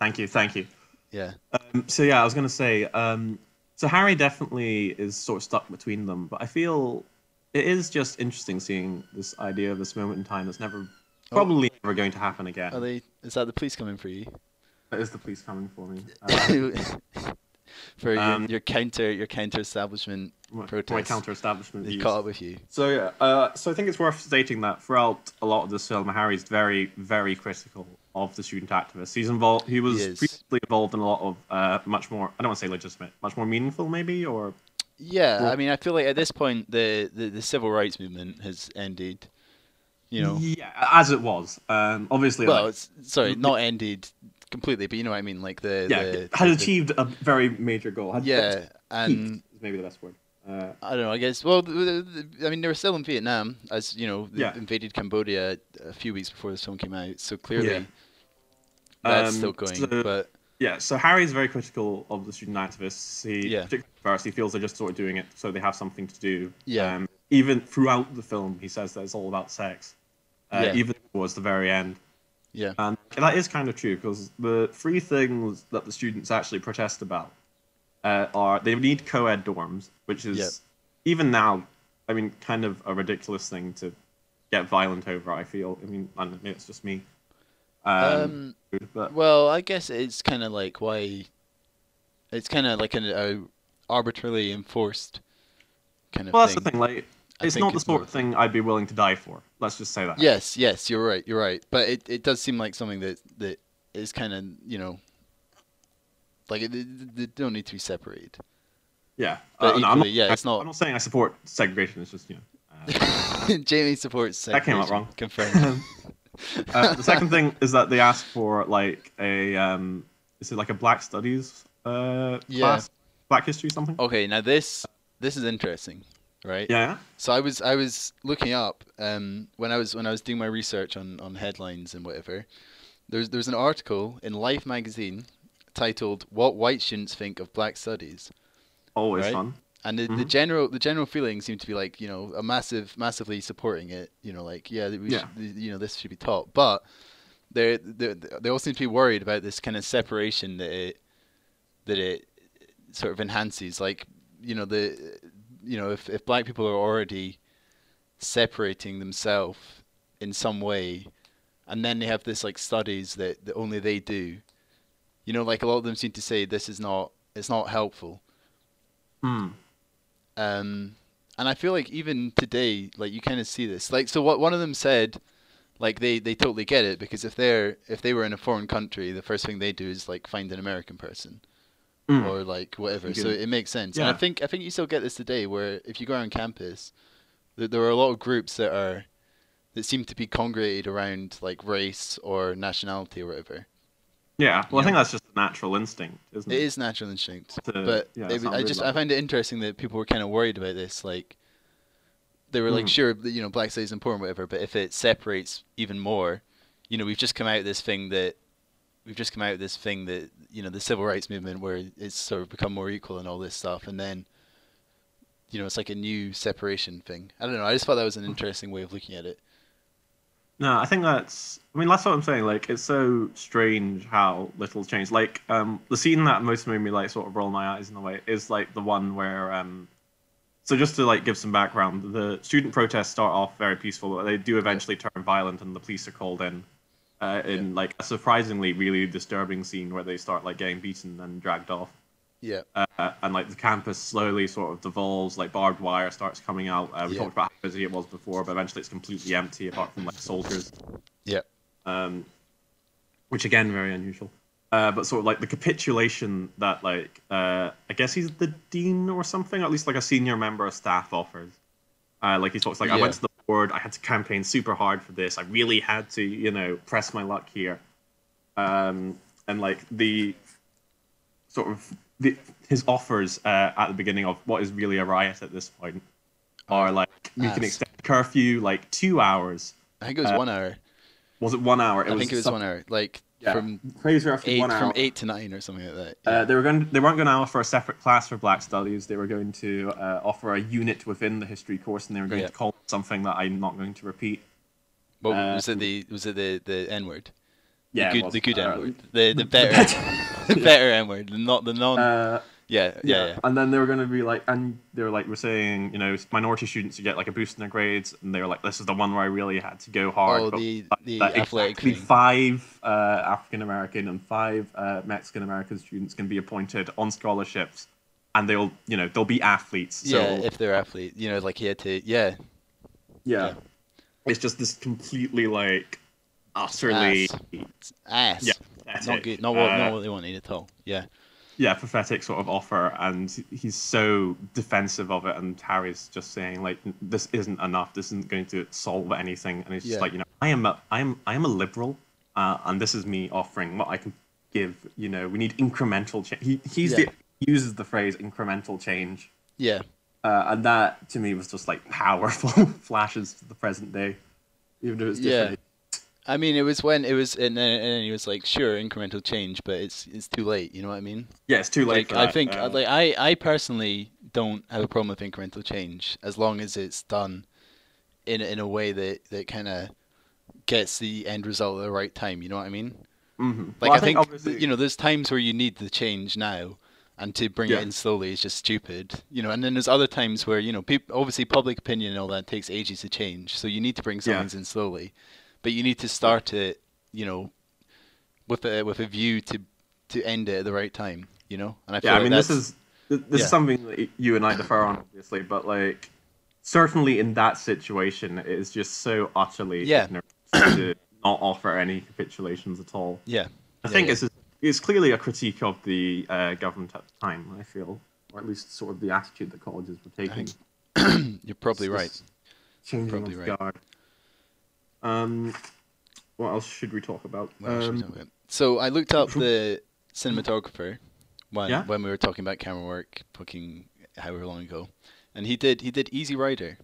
B: Thank you, thank you.
A: yeah
B: Um, so yeah, I was gonna say. Um, so Harry definitely is sort of stuck between them, but I feel it is just interesting seeing this idea of this moment in time that's never, probably never going to happen again.
A: Oh. are they is that the police coming for you
B: That is the police coming for me. Uh,
A: for your,
B: Um,
A: your counter your counter establishment
B: my, my
A: protest.
B: counter-establishment.
A: they
B: views.
A: caught up with you.
B: So yeah, uh, so I think it's worth stating that throughout a lot of this film, Harry's very, very critical of the student activists. He's involved. He was
A: He is.
B: previously involved in a lot of uh, much more. I don't want to say legitimate, much more meaningful, maybe, or
A: Yeah, I mean, I feel like at this point the, the, the civil rights movement has ended. You know,
B: Yeah, as it was. Um, obviously,
A: well,
B: like,
A: it's, sorry, not ended completely, but you know what I mean, like the
B: yeah,
A: the,
B: had
A: the-
B: achieved a very major goal. Had
A: yeah, and
B: peaked is maybe the best word. Uh,
A: I don't know. I guess. Well, th th th- I mean, they were still in Vietnam, as you know, they
B: Yeah.
A: invaded Cambodia a few weeks before this film came out. So clearly,
B: Yeah.
A: that's
B: Um,
A: still going.
B: so-
A: but
B: yeah, so Harry's very critical of the student activists. He,
A: Yeah.
B: particularly first, he feels they're just sort of doing it so they have something to do.
A: Yeah.
B: Um, even throughout the film, he says that it's all about sex, uh,
A: Yeah.
B: even towards the very end.
A: yeah,
B: And that is kind of true because the three things that the students actually protest about uh, are they need co ed dorms, which is,
A: Yep.
B: even now, I mean, kind of a ridiculous thing to get violent over, I feel. I mean, I don't know, it's just me. Um,
A: um,
B: but
A: well, I guess it's kind of like why. It's kind of like an a arbitrarily enforced kind of
B: Well, that's
A: thing.
B: the thing. Like,
A: I
B: it's
A: think
B: not the
A: it's
B: sort
A: more-
B: of thing I'd be willing to die for. Let's just say that.
A: Yes, yes, you're right, you're right. But it, it does seem like something that that is kind of you know, like it, it, they don't need to be separated.
B: Yeah. Uh,
A: But
B: no,
A: equally, yeah, it's not-
B: I'm not saying I support segregation. It's just you know. uh,
A: Jamie supports.
B: That came out
A: segregation,
B: wrong.
A: Confirmed.
B: uh, the second thing is that they ask for like a um, is it like a Black Studies uh
A: Yeah. Oh,
B: class, Black History something?
A: Okay, now this this is interesting, right?
B: Yeah.
A: So I was I was looking up um, when I was when I was doing my research on, on headlines and whatever. There's there's an article in Life magazine titled "What White Students Think of Black Studies,"
B: Always
A: Right.
B: fun.
A: and the, the
B: Mhm.
A: general the general feeling seemed to be like you know a massive massively supporting it. You know, like yeah, we
B: Yeah.
A: Should, you know this should be taught, but they they they all seem to be worried about this kind of separation that it that it sort of enhances like you know the you know if, if black people are already separating themselves in some way and then they have this like studies that, that only they do you know like a lot of them seem to say this is not it's not helpful
B: Hmm.
A: um and i feel like even today like you kind of see this like so what one of them said like they they totally get it because if they're if they were in a foreign country the first thing they do is like find an american person
B: Hmm.
A: or like whatever. So
B: Good.
A: it makes sense. And
B: Yeah.
A: I think I think you still get this today, where if you go around campus, th- there are a lot of groups that are that seem to be congregated around like race or nationality or whatever.
B: Yeah. Well, I
A: Yeah.
B: think that's just a natural instinct, isn't
A: It
B: it?
A: is natural instinct,
B: To-
A: but
B: Uh, yeah,
A: it
B: it's
A: was- I
B: not really
A: just
B: like
A: I
B: that.
A: find it interesting that people were kind of worried about this. Like they were like,
B: Mm.
A: sure, you know, black studies is important, whatever. But if it separates even more, you know, we've just come out of this thing that. We've just come out of this thing that you know the civil rights movement, where it's sort of become more equal and all this stuff, and then you know, it's like a new separation thing. I don't know. I just thought that was
B: Hmm.
A: an interesting way of looking at it.
B: No, I think that's. I mean, that's what I'm saying. Like, it's so strange how little's changed. Like, um, the scene that most made me like sort of roll my eyes in the way is like the one where. Um, so just to like give some background, the student protests start off very peaceful, but they do eventually turn violent, and the police are called in. Uh, in like a surprisingly really disturbing scene where they start like getting beaten and dragged off
A: Yeah.
B: uh, and like the campus slowly sort of devolves. Like barbed wire starts coming out. Uh, we
A: Yeah.
B: talked about how busy it was before, but eventually it's completely empty apart from like soldiers.
A: Yeah.
B: Um, which again, very unusual. Uh, but sort of like the capitulation that like uh, I guess he's the dean or something, or at least like a senior member of staff offers. Uh, like he talks like I
A: Yeah.
B: went to the board, I had to campaign super hard for this. I really had to, you know, press my luck here. Um, and like the sort of the, his offers uh, at the beginning of what is really a riot at this point are like we can
A: Yes.
B: extend curfew like two hours.
A: I think it was one hour.
B: Was uh, it one hour?
A: I think it was
B: some-
A: one hour. Like
B: yeah,
A: from
B: crazy after
A: eight
B: one hour.
A: from eight to nine or something like that.
B: Uh, they were going. they weren't going to offer a separate class for Black Studies. They were going to uh, offer a unit within the history course, and they were going
A: Yeah.
B: to call it something that I'm not going to repeat.
A: What
B: uh,
A: was it? The was it the the N word?
B: Yeah, it
A: the good,
B: was,
A: the good
B: uh,
A: N word. The the better, the better N word. Not the non.
B: Uh,
A: yeah, yeah, yeah.
B: And then they were going to be like, and they were like, we're saying, you know, minority students who get like a boost in their grades, and they were like, this is the one where I really had to go hard.
A: Oh,
B: but
A: the-
B: that-
A: the
B: that
A: athletic
B: exactly
A: thing.
B: five uh, African American and five uh, Mexican American students can be appointed on scholarships, and they'll, you know, they'll be athletes. So,
A: yeah, if they're athlete, you know, like he had to. Yeah,
B: yeah.
A: yeah.
B: it's just this completely like utterly
A: ass. ass.
B: Yeah, that's
A: not
B: it.
A: good. Not what,
B: Uh,
A: not what they wanted at all. Yeah,
B: yeah, pathetic sort of offer, and he's so defensive of it. And Harry's just saying like, "This isn't enough. This isn't going to solve anything." And it's just
A: Yeah.
B: like, you know, I am a, I am, I am a liberal, uh, and this is me offering what I can give. You know, we need incremental change. He he's
A: Yeah.
B: the, he uses the phrase incremental change,
A: Yeah.
B: uh, and that to me was just like powerful flashes to the present day, even though it's
A: Yeah.
B: different.
A: I mean, it was when it was, and then, and then he was like, "Sure, incremental change, but it's it's too late." You know what I mean?
B: Yeah, it's too late.
A: Like,
B: for
A: I
B: that,
A: think,
B: uh,
A: like, I I personally don't have a problem with incremental change as long as it's done in in a way that that kind of gets the end result at the right time. You know what I mean?
B: mhm.
A: Like
B: Well,
A: I, think, th-
B: obviously-
A: you know, there's times where you need the change now, and to bring
B: Yeah.
A: it in slowly is just stupid. You know, and then there's other times where you know, peop- obviously public opinion and all that takes ages to change, so you need to bring some
B: Yeah.
A: things in slowly, but you need to start it, you know, with a with a view to to end it at the right time. You know, and I feel
B: yeah, I
A: like
B: mean, this
A: that's-
B: is th- this
A: yeah.
B: is something that you and I defer on, obviously, but like certainly in that situation, it is just so utterly
A: Yeah.
B: ignorant to not offer any capitulations at all.
A: yeah,
B: I
A: Yeah,
B: think
A: yeah.
B: it's it's clearly a critique of the uh, government at the time. I feel, or at least sort of the attitude that colleges were taking.
A: think you're probably right.
B: It's Changing
A: Probably
B: of
A: right.
B: guard. Um, what else should we talk about?
A: What else should we
B: Um,
A: talk about? So I looked up the cinematographer when
B: Yeah?
A: when we were talking about camera work, fucking however long ago, and he did he did Easy Rider.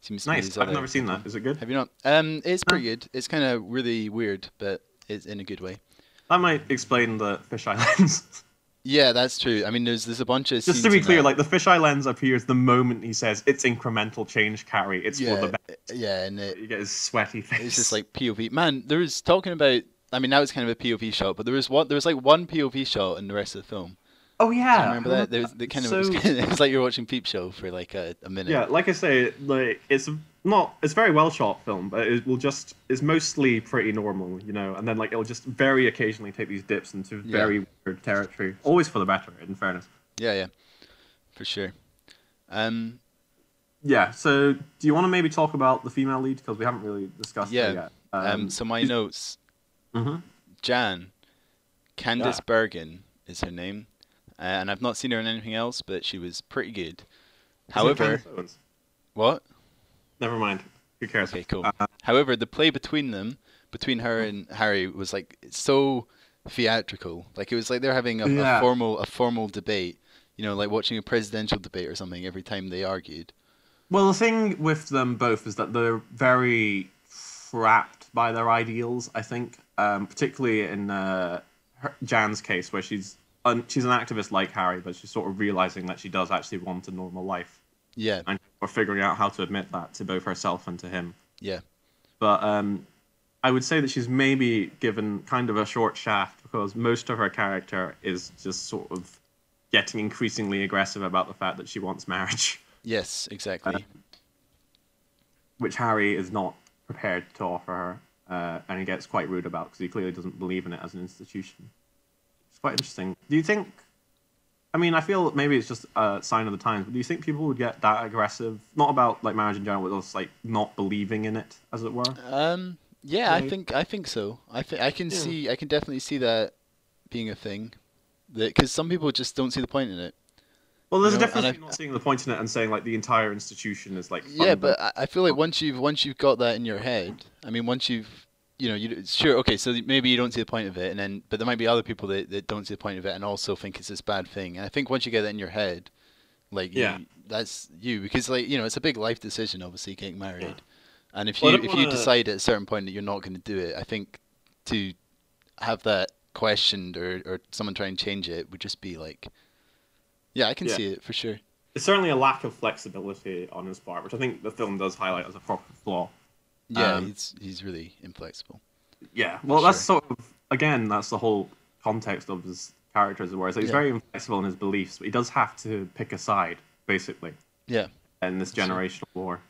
A: Seems to be
B: nice.
A: his
B: I've
A: other-
B: never seen that. Is it good?
A: Have you not? Um, it's pretty good. It's kind of really weird, but it's in a good way.
B: That might explain the fisheye lens.
A: Yeah, that's true. I mean, there's there's a bunch of
B: Just to
A: scenes
B: be
A: in
B: clear,
A: that-
B: like the fisheye lens appears the moment he says it's incremental change carry. It's for the best.
A: yeah, and it,
B: You get his sweaty face.
A: it's just like POV. Man, there was talking about. I mean, now it's kind of a POV shot, but there was one. There was like one POV shot in the rest of the film.
B: oh yeah,
A: I remember that. There was, that kind of it, was,
B: So-
A: kinda- it was like you're watching Peep Show for like a, a minute.
B: Yeah, like I say, like it's not it's a very well shot film, but it will just it's mostly pretty normal, you know. And then like it'll just very occasionally take these dips into
A: Yeah.
B: very weird territory, always for the better, in fairness.
A: Yeah, yeah, for sure. Um,
B: Yeah. So do you want to maybe talk about the female lead because we haven't really discussed
A: Yeah,
B: her yet?
A: um, so my
B: she's-
A: notes:
B: mhm.
A: Jan, Candice
B: Yeah.
A: Bergen is her name, uh, and I've not seen her in anything else, but she was pretty good.
B: Is it
A: However,
B: Candace Owens?
A: what?
B: never mind. Who cares?
A: Okay, cool.
B: Uh, uh-huh.
A: However, the play between them, between her and Harry, was like so theatrical. Like it was like they're having a, a
B: Yeah.
A: formal a formal debate. You know, like watching a presidential debate or something. Every time they argued.
B: Well, the thing with them both is that they're very trapped by their ideals. I think, um, particularly in uh, her, Jan's case, where she's un, she's an activist like Harry, but she's sort of realizing that she does actually want a normal life,
A: Yeah,
B: and or figuring out how to admit that to both herself and to him.
A: yeah,
B: But um, I would say that she's maybe given kind of a short shaft because most of her character is just sort of getting increasingly aggressive about the fact that she wants marriage
A: yes, exactly.
B: which Harry is not prepared to offer her, uh, and he gets quite rude about because he clearly doesn't believe in it as an institution. It's quite interesting. Do you think? I mean, I feel maybe it's just a sign of the times, but do you think people would get that aggressive? Not about like marriage in general, but just like not believing in it, as it were.
A: Um. Yeah, I
B: Like-
A: think I think so. I think I can
B: Yeah.
A: see I can definitely see that being a thing, because some people just don't see the point in it.
B: Well, there's
A: You know,
B: a difference
A: and I-
B: between not seeing the point in it and saying like the entire institution is like.
A: Yeah, but I, I feel like once you've once you've got that in your head, I mean, once you've you know you sure okay, so maybe you don't see the point of it, and then but there might be other people that, that don't see the point of it and also think it's this bad thing. And I think once you get that in your head, like you-
B: Yeah.
A: that's you because like you know it's a big life decision, obviously getting married, and if
B: Well, I
A: you
B: don't
A: if you
B: wanna-
A: decide at a certain point that you're not going to do it, I think to have that questioned or or someone try and change it would just be like, yeah, I can
B: Yeah.
A: see it for sure.
B: it's certainly a lack of flexibility on his part, which I think the film does highlight as a proper flaw.
A: Yeah,
B: Um,
A: he's he's really inflexible.
B: Yeah, well, that's sort of again, that's the whole context of his characters, where it's like he's
A: Yeah.
B: very inflexible in his beliefs, but he does have to pick a side basically
A: Yeah,
B: in this
A: Sure.
B: generational war,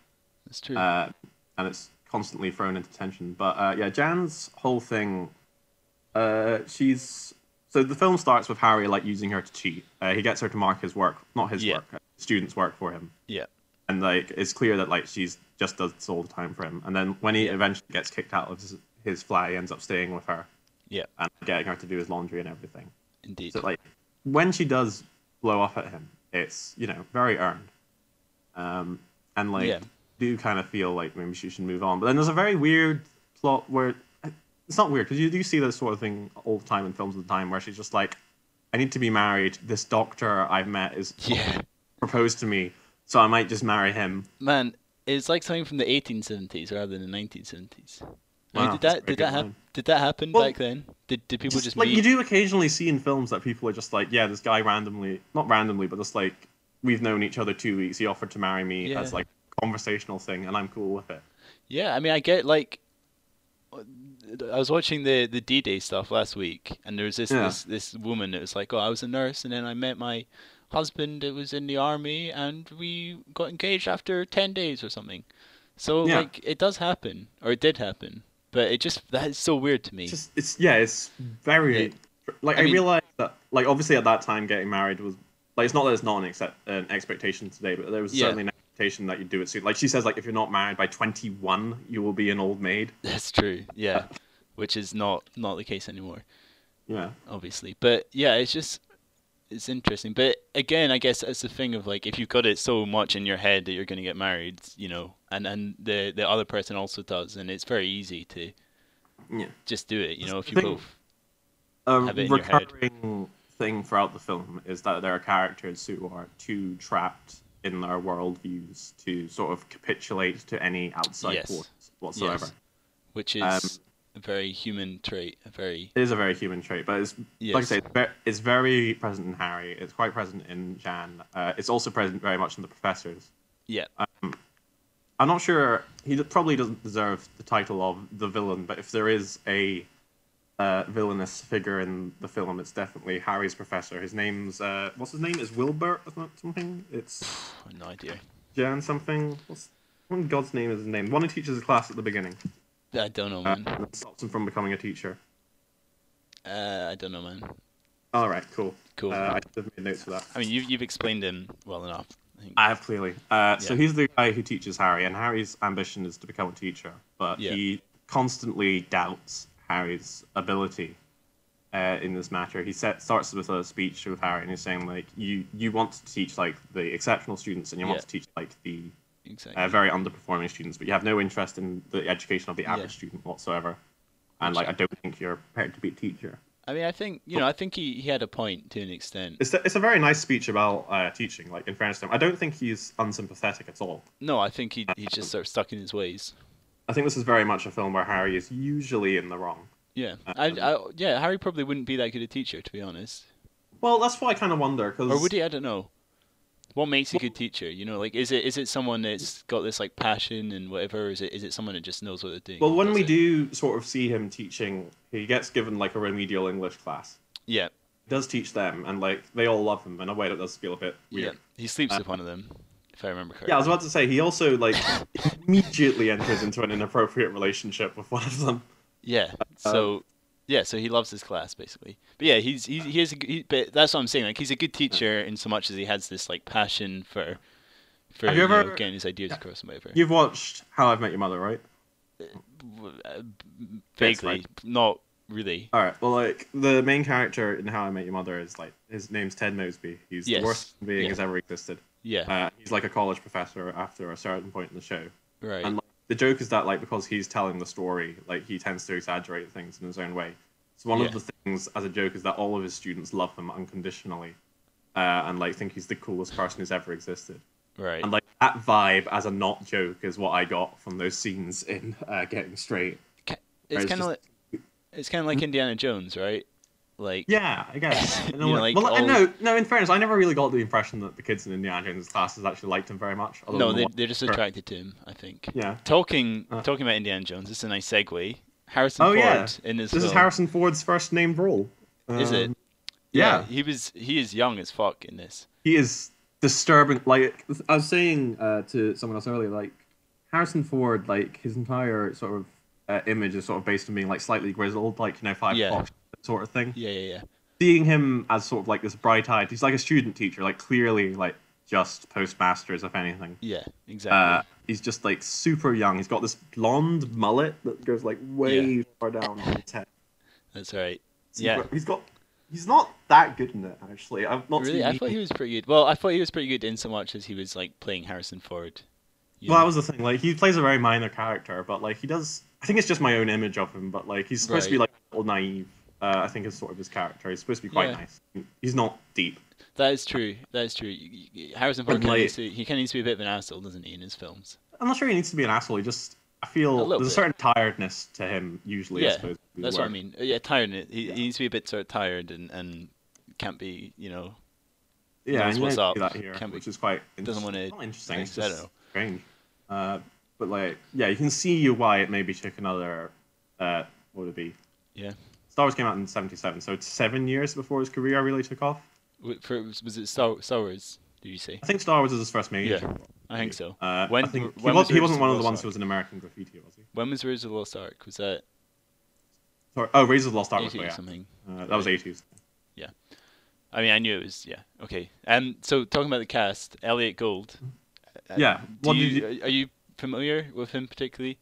A: that's true.
B: uh, and it's constantly thrown into tension. But uh, yeah, Jan's whole thing, uh, she's so the film starts with Harry like using her to cheat. Uh, he gets her to mark his work, not his
A: Yeah.
B: work, uh, students' work for him
A: yeah.
B: and like it's clear that like she's just does this all the time for him. And then when he eventually gets kicked out of his, his flat, he ends up staying with her.
A: Yeah.
B: and getting her to do his laundry and everything.
A: Indeed.
B: So like when she does blow off at him, it's you know very earned, um, and like
A: Yeah.
B: do kind of feel like maybe she should move on. But then there's a very weird plot where it's not weird because you do see this sort of thing all the time in films of the time where she's just like, I need to be married. This doctor I've met is
A: Yeah.
B: proposed to me, so I might just marry him.
A: Man, it's like something from the 1870s rather than the 1970s. I mean,
B: Wow,
A: did that
B: that's a pretty
A: did
B: good
A: that happen?
B: line.
A: Did that happen
B: Well,
A: back then? Did did people
B: Just,
A: just,
B: like
A: meet?
B: you do occasionally see in films that people are just like, yeah, this guy randomly, not randomly, but just like we've known each other two weeks. He offered to marry me
A: Yeah.
B: as like a conversational thing, and I'm cool with it.
A: Yeah, I mean, I get like, I was watching the the D Day stuff last week, and there was this
B: Yeah.
A: this this woman that was like, "Oh, I was a nurse, and then I met my husband that was in the army, and we got engaged after ten days or something." So
B: Yeah.
A: like, it does happen, or it did happen, but it just that is so weird to me.
B: It's just it's yeah, it's very
A: Yeah.
B: like
A: I
B: I,
A: mean-
B: realized that like obviously at that time getting married was like it's not that it's not an, accept, an expectation today, but there was
A: Yeah.
B: certainly an expectation that you do it soon. Like she says, like if you're not married by 21, you will be an old maid.
A: That's true. Yeah, which is not not the case anymore.
B: Yeah,
A: obviously. But yeah, it's just it's interesting. But again, I guess that's the thing of like if you've got it so much in your head that you're going to get married, you know, and and the the other person also does, and it's very easy to
B: yeah.
A: just do it, you know, if
B: the
A: you
B: thing.
A: both.
B: a
A: Have it in your head.
B: recurring thing throughout the film is that there are characters who are too trapped in their worldviews to sort of capitulate to any outside
A: Yes.
B: force whatsoever.
A: Yes. Which is a very human trait, a very
B: It is a very human trait, but it's like I
A: Yes.
B: say, it's ve- it's very present in Harry. It's quite present in Jan. Uh, it's also present very much in the professors.
A: yeah.
B: I'm not sure. He d- probably doesn't deserve the title of the villain, but if there is a uh, villainous figure in the film, it's definitely Harry's professor. His name's uh, what's his name? Is Wilbur or something- something? It's
A: I've no idea.
B: Jan something. What's what in God's name is his name? The One who teaches a class at the beginning
A: I don't know,
B: uh,
A: man.
B: and stops him from becoming a teacher.
A: Uh, I don't know, man.
B: All right, cool.
A: Cool.
B: Uh, I should have made notes for that.
A: I mean, you've you've explained him well enough. I think.
B: I have clearly. Uh, So
A: Yeah.
B: he's the guy who teaches Harry, and Harry's ambition is to become a teacher, but
A: Yeah.
B: he constantly doubts Harry's ability uh, in this matter. He set, starts with a speech with Harry, and he's saying like, "You you want to teach like the exceptional students, and you want
A: Yeah.
B: to teach like the
A: Exactly.
B: uh, very underperforming students, but you have no interest in the education of the
A: Yeah.
B: average student whatsoever, and like I don't think you're prepared to be a teacher."
A: I mean, I think you know. I think he, he had a point to an extent.
B: It's a, it's a very nice speech about uh, teaching. Like in fairness to him, I don't think he's unsympathetic at all.
A: No, I think he he's just sort of stuck in his ways.
B: I think this is very much a film where Harry is usually in the wrong.
A: Yeah, I, I, yeah. Harry probably wouldn't be that good a teacher, to be honest.
B: Well, that's what I kind of wonder because
A: Or would he? I don't know. What makes a good teacher? You know, like is it is it someone that's got this like passion and whatever? Or is it is it someone that just knows what they're doing?
B: Well, when
A: Does
B: we
A: it-
B: do sort of see him teaching, he gets given like a remedial English class.
A: yeah,
B: He does teach them, and like they all love him in a way that does feel a bit
A: yeah,
B: weird.
A: he sleeps
B: Uh,
A: with one of them, if I remember correctly.
B: Yeah, I was about to say he also like immediately enters into an inappropriate relationship with one of them.
A: Yeah.
B: uh,
A: So, yeah. So he loves his class basically. But yeah, he's he, he is. A, g- he, but that's what I'm saying. Like he's a good teacher in so much as he has this like passion for, for
B: Have you
A: know,
B: ever-
A: getting his ideas across and whatever.
B: You've watched How I've Met Your Mother, right?
A: W- uh, b-
B: That's
A: Vaguely,
B: right.
A: not really.
B: All right. Well, like the main character in How I Met Your Mother is like his name's Ted Mosby. He's
A: Yes,
B: the worst human being
A: yeah.
B: who's ever existed.
A: Yeah.
B: Uh, he's like a college professor after a certain point in the show.
A: right.
B: And like, the joke is that like because he's telling the story, like he tends to exaggerate things in his own way. So one
A: Yeah.
B: of the things as a joke is that all of his students love him unconditionally, uh, and like think he's the coolest person who's ever existed.
A: right.
B: And like that vibe as a not joke is what I got from those scenes in uh, Getting Straight.
A: Ca-
B: Whereas
A: it's kind of
B: just- Hmm?
A: like it's kind of like Indiana Jones, right? Like
B: Yeah, I guess. In a
A: You
B: way-
A: like
B: well, I
A: all-
B: no, no. In fairness, I never really got the impression that the kids in Indiana Jones' classes actually liked him very much. other
A: no,
B: than the
A: they
B: one-
A: they're just
B: Sure.
A: attracted to him, I think.
B: Yeah.
A: Talking
B: Uh.
A: talking about Indiana Jones, this is a nice segue. Harrison
B: Oh,
A: Ford
B: yeah.
A: in this.
B: This is
A: film.
B: Harrison Ford's first named role.
A: Is it?
B: Um, yeah.
A: He was he is young as fuck in this.
B: he is disturbing. Like I was saying uh, to someone else earlier, like Harrison Ford, like his entire sort of uh, image is sort of based on being like slightly grizzled, like you know five
A: Yeah.
B: o'clock sort of thing.
A: Yeah, yeah, yeah.
B: Seeing him as sort of like this bright-eyed, he's like a student teacher, like clearly like just postmasters if anything.
A: Yeah,
B: Uh,
A: exactly.
B: he's just like super young. He's got this blonde mullet that goes like way far down on his head.
A: That's right.
B: Super-
A: Yeah.
B: he's got He's not that good in it, actually. I'm not
A: really,
B: really?
A: I thought he was pretty good. Well, I thought he was pretty good in so much as he was like playing Harrison Ford. you
B: Well, that
A: know.
B: was the thing. Like, he plays a very minor character, but like, he does. I think it's just my own image of him, but like, he's supposed to be like a little naive. Uh, I think is sort of his character. He's supposed to be quite
A: Yeah.
B: nice. He's not deep.
A: that is true. That is true. You- you- you- Harrison Ford
B: And,
A: kind of
B: like-
A: needs to, he kind of needs to be a bit of an asshole, doesn't he, in his films?
B: I'm not sure he needs to be an asshole. He just, I
A: A
B: feel
A: little
B: there's a
A: bit.
B: certain tiredness to him usually. I
A: Yeah,
B: suppose, would be the
A: That's what I
B: word.
A: mean. Uh, Yeah, tired. He,
B: Yeah.
A: he needs to be a bit sort of tired and, and can't be, you know,
B: Yeah,
A: knows
B: and you
A: what's
B: don't see
A: up,
B: that here,
A: can't be-
B: which is quite
A: doesn't
B: interesting.
A: wanna
B: Not interesting.
A: make
B: It's just
A: shadow.
B: strange. Uh, but like, yeah, you can see why it maybe took another. Uh, what would it be?
A: Yeah.
B: Star Wars came out in '77, so it's seven years before his career really took off.
A: w- for, was it Star, Star Wars? Did you say?
B: I think Star Wars is his first major.
A: Yeah, I think so.
B: Uh,
A: When-
B: I think
A: when
B: he, was,
A: was
B: he wasn't one of
A: Raiders
B: the
A: of the
B: ones
A: Lost
B: who was an American graffiti, was he?
A: When was Raiders of the Lost Ark? Was that
B: Sorry. Oh, Raiders of the Lost Ark was
A: 80
B: way
A: or
B: out.
A: something?
B: Uh, that was '80s.
A: I mean, I knew it was. Yeah. Okay. Um. So talking about the cast, Elliot Gold. Uh,
B: Yeah,
A: Do
B: what
A: you,
B: did
A: are are you familiar with him particularly?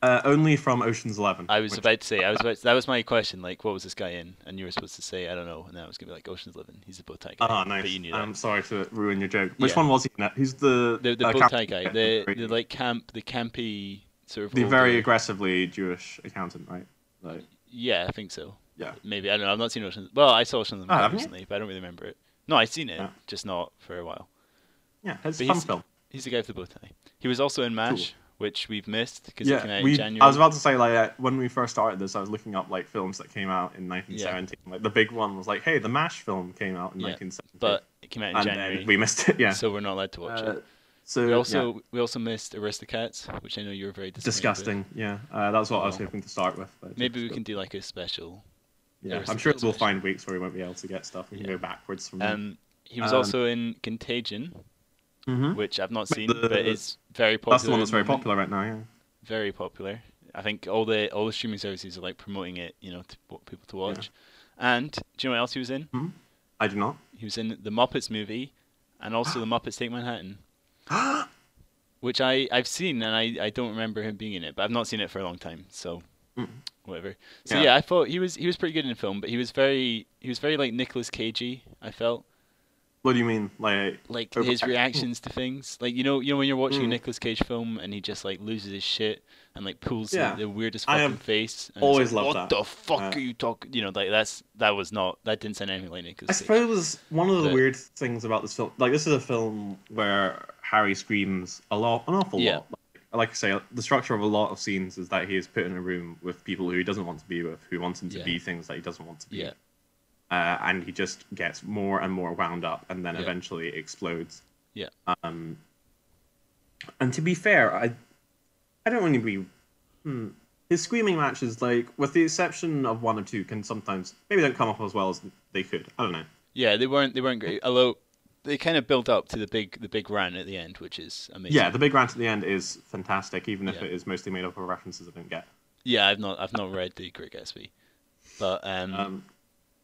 B: Uh, only from Ocean's Eleven.
A: I was
B: which-
A: about to say. I was about. To, that was my question. Like, what was this guy in? And you were supposed to say, I don't know. And then I was gonna be like, Ocean's Eleven. He's a bow tie guy.
B: Ah, nice.
A: But you knew that.
B: I'm sorry to ruin your joke. Which
A: Yeah.
B: one was he? in that? Who's the
A: the the
B: uh,
A: bow
B: Captain
A: tie guy. The
B: America?
A: the like camp. The campy sort of.
B: the
A: older-
B: very aggressively Jewish accountant, right? Like,
A: Yeah, I think so.
B: Yeah.
A: Maybe I don't know. I've not seen Ocean's. Well, I saw Ocean's
B: Ah,
A: Eleven
B: haven't you?
A: recently, but I don't really remember it. No, I've seen it,
B: Yeah.
A: just not for a while.
B: yeah, it's
A: But
B: a fun
A: he's-
B: film.
A: He's the guy with the bow tie. He was also in Mash, which we've missed because it came out
B: we.
A: in January.
B: I was about to say like uh, when we first started this, I was looking up like films that came out in 1917. Like the big one was like, hey, the Mash film came out in
A: Yeah,
B: 1917,
A: but it came out in
B: and
A: January,
B: then we missed it. Yeah.
A: so we're not allowed to watch
B: Uh,
A: it.
B: so
A: We
B: yeah,
A: also we also missed Aristocats, which I know you were very disappointed with.
B: disgusting. Yeah, uh, that's what I was
A: Well,
B: hoping to start with. But
A: Oh. Maybe we can do like a special.
B: Yeah,
A: there's
B: I'm
A: a
B: sure
A: bit
B: we'll
A: special.
B: find weeks where we won't be able to get stuff. We can
A: Yeah.
B: go backwards from.
A: Um, he was
B: Um,
A: also in Contagion,
B: Mhm.
A: which I've not
B: But
A: seen,
B: the-
A: but is very popular.
B: That's the one that's
A: at
B: very
A: the moment.
B: popular right now. Yeah.
A: Very popular. I think all the all the streaming services are like promoting it, you know, to for people to watch. And do you know what else he was in?
B: I do not.
A: He was in the Muppets movie, and also the Muppets Take Manhattan, which I I've seen and I I don't remember him being in it, but I've not seen it for a long time, so
B: Mm.
A: whatever. So
B: Yeah.
A: yeah. I thought he was he was pretty good in film, but he was very he was very like Nicolas Cagey. I felt
B: what do you mean? Like
A: like
B: Over-
A: his reactions to things, like you know you know when you're watching a
B: Mm.
A: Nicolas Cage film and he just like loses his shit and like pulls the-
B: Yeah.
A: the, weirdest
B: I
A: fucking
B: have
A: face. and it's
B: always
A: like,
B: loved
A: what
B: that.
A: the fuck
B: Uh,
A: are you talking? You know, like that's that was not that didn't sound anything like
B: I
A: Nicolas Cage.
B: suppose one of the
A: the-
B: weird things about this film, like this is a film where Harry screams a lot, an awful
A: Yeah.
B: lot. Like, like I say, the structure of a lot of scenes is that he is put in a room with people who he doesn't want to be with, who wants him to
A: Yeah.
B: be things that he doesn't want to be,
A: Yeah.
B: uh, and he just gets more and more wound up, and then
A: Yeah.
B: eventually explodes.
A: Yeah.
B: Um. And to be fair, I, I don't really be. Hmm. His screaming matches, like with the exception of one or two, can sometimes maybe don't come off as well as they could. I don't know.
A: Yeah, they weren't they weren't great. Although they kind of built up to the big the big rant at the end, which is amazing.
B: Yeah, the big rant at the end is fantastic, even if
A: Yeah.
B: it is mostly made up of references I don't get.
A: yeah. I've not I've not read the Great Gatsby, but um,
B: Um,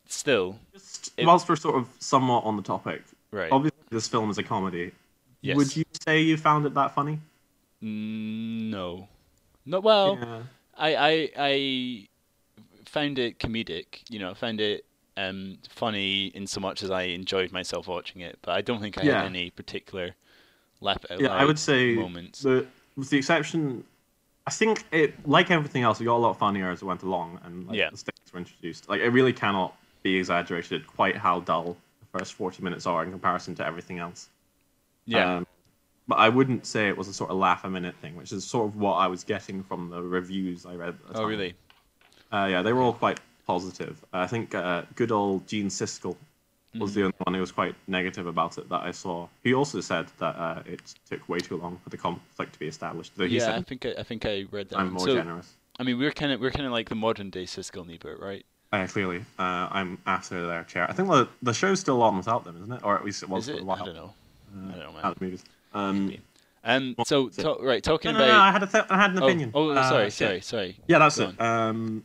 A: still
B: just
A: it-
B: whilst we're sort of somewhat on the topic,
A: right.
B: obviously this film is a comedy.
A: yes.
B: Would you say you found it that funny?
A: Mm, No, no. Well,
B: Yeah.
A: I I I found it comedic. You know, I found it um funny in so much as I enjoyed myself watching it, but I don't think I
B: Yeah.
A: had any particular laugh out
B: Yeah, I
A: loud
B: would say
A: moments.
B: the with the exception, I think it like everything else, it got a lot funnier as it went along, and like,
A: Yeah.
B: the stakes were introduced. Like it really cannot be exaggerated quite how dull the first forty minutes are in comparison to everything else.
A: yeah,
B: Um, but I wouldn't say it was a sort of laugh a minute thing, which is sort of what I was getting from the reviews I read. At the
A: oh
B: time.
A: really?
B: Uh, yeah, they were all quite positive. I think uh, good old Gene Siskel was
A: Mm-hmm.
B: the only one who was quite negative about it that I saw. He also said that uh, it took way too long for the conflict to be established. Though he
A: Yeah, I
B: said,
A: think I, I think I read that.
B: I'm
A: one.
B: more
A: so,
B: generous.
A: I mean, we're kind of we're kind of like the modern day Siskel and Ebert, right?
B: Uh, clearly, uh, I'm after their chair. I think the, the show's still on without them, isn't it? Or at least it was
A: Is
B: for
A: it?
B: a
A: I
B: while. Mm.
A: don't know. I don't know, man.
B: Out of the movies. Um,
A: Maybe. Um,
B: What
A: so
B: was it?
A: to- right,
B: no,
A: talking
B: no,
A: about.
B: no, I had, a th- I had an
A: oh,
B: opinion.
A: Oh,
B: Uh,
A: sorry,
B: shit.
A: sorry, sorry.
B: Yeah, that's
A: Go
B: it. Um,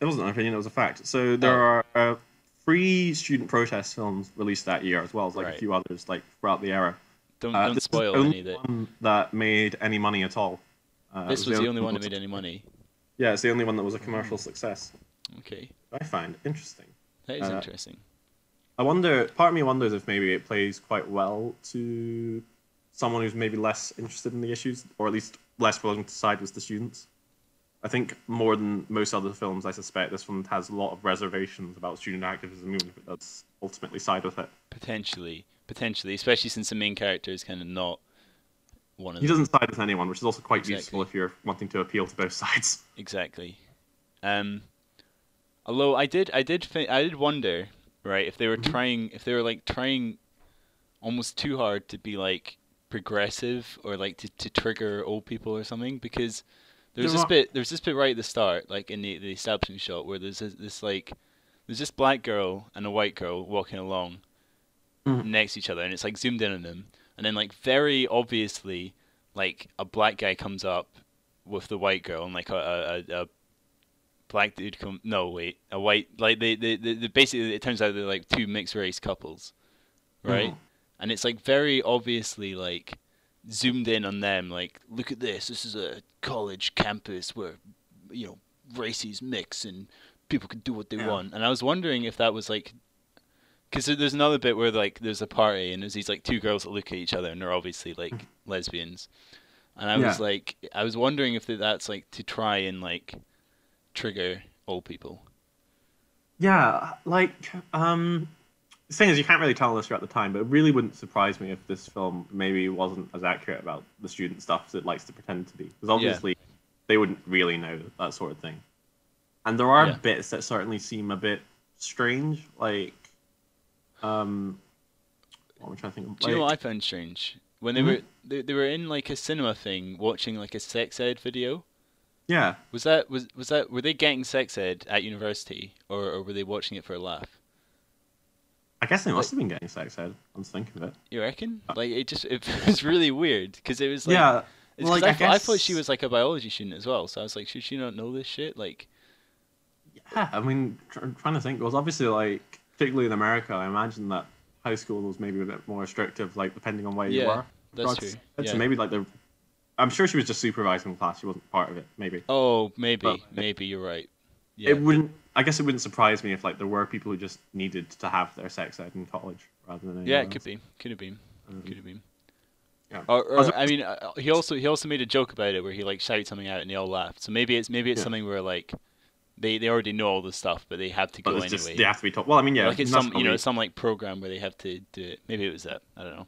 B: it wasn't an opinion; it was a fact. So there
A: Oh.
B: are uh, three student protest films released that year, as well as like
A: Right.
B: a few others like throughout the era.
A: Don't
B: Uh,
A: don't
B: this is
A: spoil
B: the only
A: any of it.
B: one that made any money at all. Uh, it
A: This was the only one that
B: that
A: made Hmm. any money.
B: Yeah, it's the only one that was a commercial success.
A: Okay.
B: I find interesting.
A: That is
B: Uh,
A: interesting.
B: I wonder. Part of me wonders if maybe it plays quite well to someone who's maybe less interested in the issues, or at least less willing to side with the students. I think more than most other films, I suspect this one has a lot of reservations about student activism, even if it does ultimately side with it.
A: Potentially, potentially, especially since the main character is kind of not one of
B: He
A: them.
B: doesn't side with anyone, which is also quite
A: Exactly.
B: useful if you're wanting to appeal to both sides.
A: Exactly. Um, although I did, I did, thi- I did wonder, right, if they
B: Mm-hmm.
A: were trying, if they were like trying almost too hard to be like progressive or like to, to trigger old people or something, because there's
B: They're
A: this
B: not-
A: bit, there's this bit right at the start, like in the the establishing shot, where there's this, this like, there's this black girl and a white girl walking along
B: Mhm.
A: next to each other, and it's like zoomed in on them, and then like very obviously, like a black guy comes up with the white girl and like a a, a, a black dude come no wait a white like they, they, they, they basically it turns out they're like two mixed race couples right
B: Mhm.
A: and it's like very obviously like zoomed in on them like look at this this is a college campus where you know races mix and people can do what they
B: Yeah.
A: want and i was wondering if that was like because there's another bit where like there's a party and there's these like two girls that look at each other and they're obviously like lesbians and i was
B: Yeah.
A: like i was wondering if that's like to try and like trigger old people
B: Yeah, like um, the thing is, you can't really tell unless you're at the time. But it really wouldn't surprise me if this film maybe wasn't as accurate about the student stuff as it likes to pretend to be, because obviously they wouldn't really know that sort of thing. And there are
A: Yeah.
B: bits that certainly seem a bit strange, like um, what am I trying to think? Of?
A: do you
B: Like,
A: know what i found strange when they
B: Mhm.
A: were they, they were in like a cinema thing watching like a sex ed video
B: yeah,
A: was that was was that were they getting sex ed at university or, or were they watching it for a laugh
B: I guess they must have been getting sex ed. I'm thinking of it.
A: you reckon like it just it was really weird because it was like
B: Uh, yeah,
A: It's 'cause
B: like,
A: I,
B: I
A: thought- I thought she
B: guess-
A: was like a biology student as well, so I was like, should she not know this shit? Like,
B: Yeah, I mean, tr- I'm trying to think. It was obviously like, particularly in America, I imagine that high school was maybe a bit more restrictive, like depending on where you
A: Yeah,
B: were.
A: that's
B: Drugs.
A: true.
B: And So
A: Yeah.
B: maybe like the, I'm sure she was just supervising the class. She wasn't part of it. Maybe
A: oh, maybe,
B: Well, it-
A: maybe you're right. Yeah,
B: it wouldn't. I guess it wouldn't surprise me if like there were people who just needed to have their sex ed in college rather than.
A: yeah,
B: anywhere
A: it could
B: else.
A: be, could have been,
B: Um,
A: could have been. Oh,
B: yeah.
A: Or,
B: I was-
A: or I mean, uh, he also he also made a joke about it where he like shouted something out and they all laughed. So maybe it's maybe it's
B: Yeah.
A: something where like they they already know all this stuff, but they have to
B: But
A: go
B: it's
A: anyway.
B: just they have to be taught. Well, I mean, yeah,
A: like it's
B: and that's
A: some you
B: probably-
A: know some like program where they have to do it. Maybe it was that. I don't know.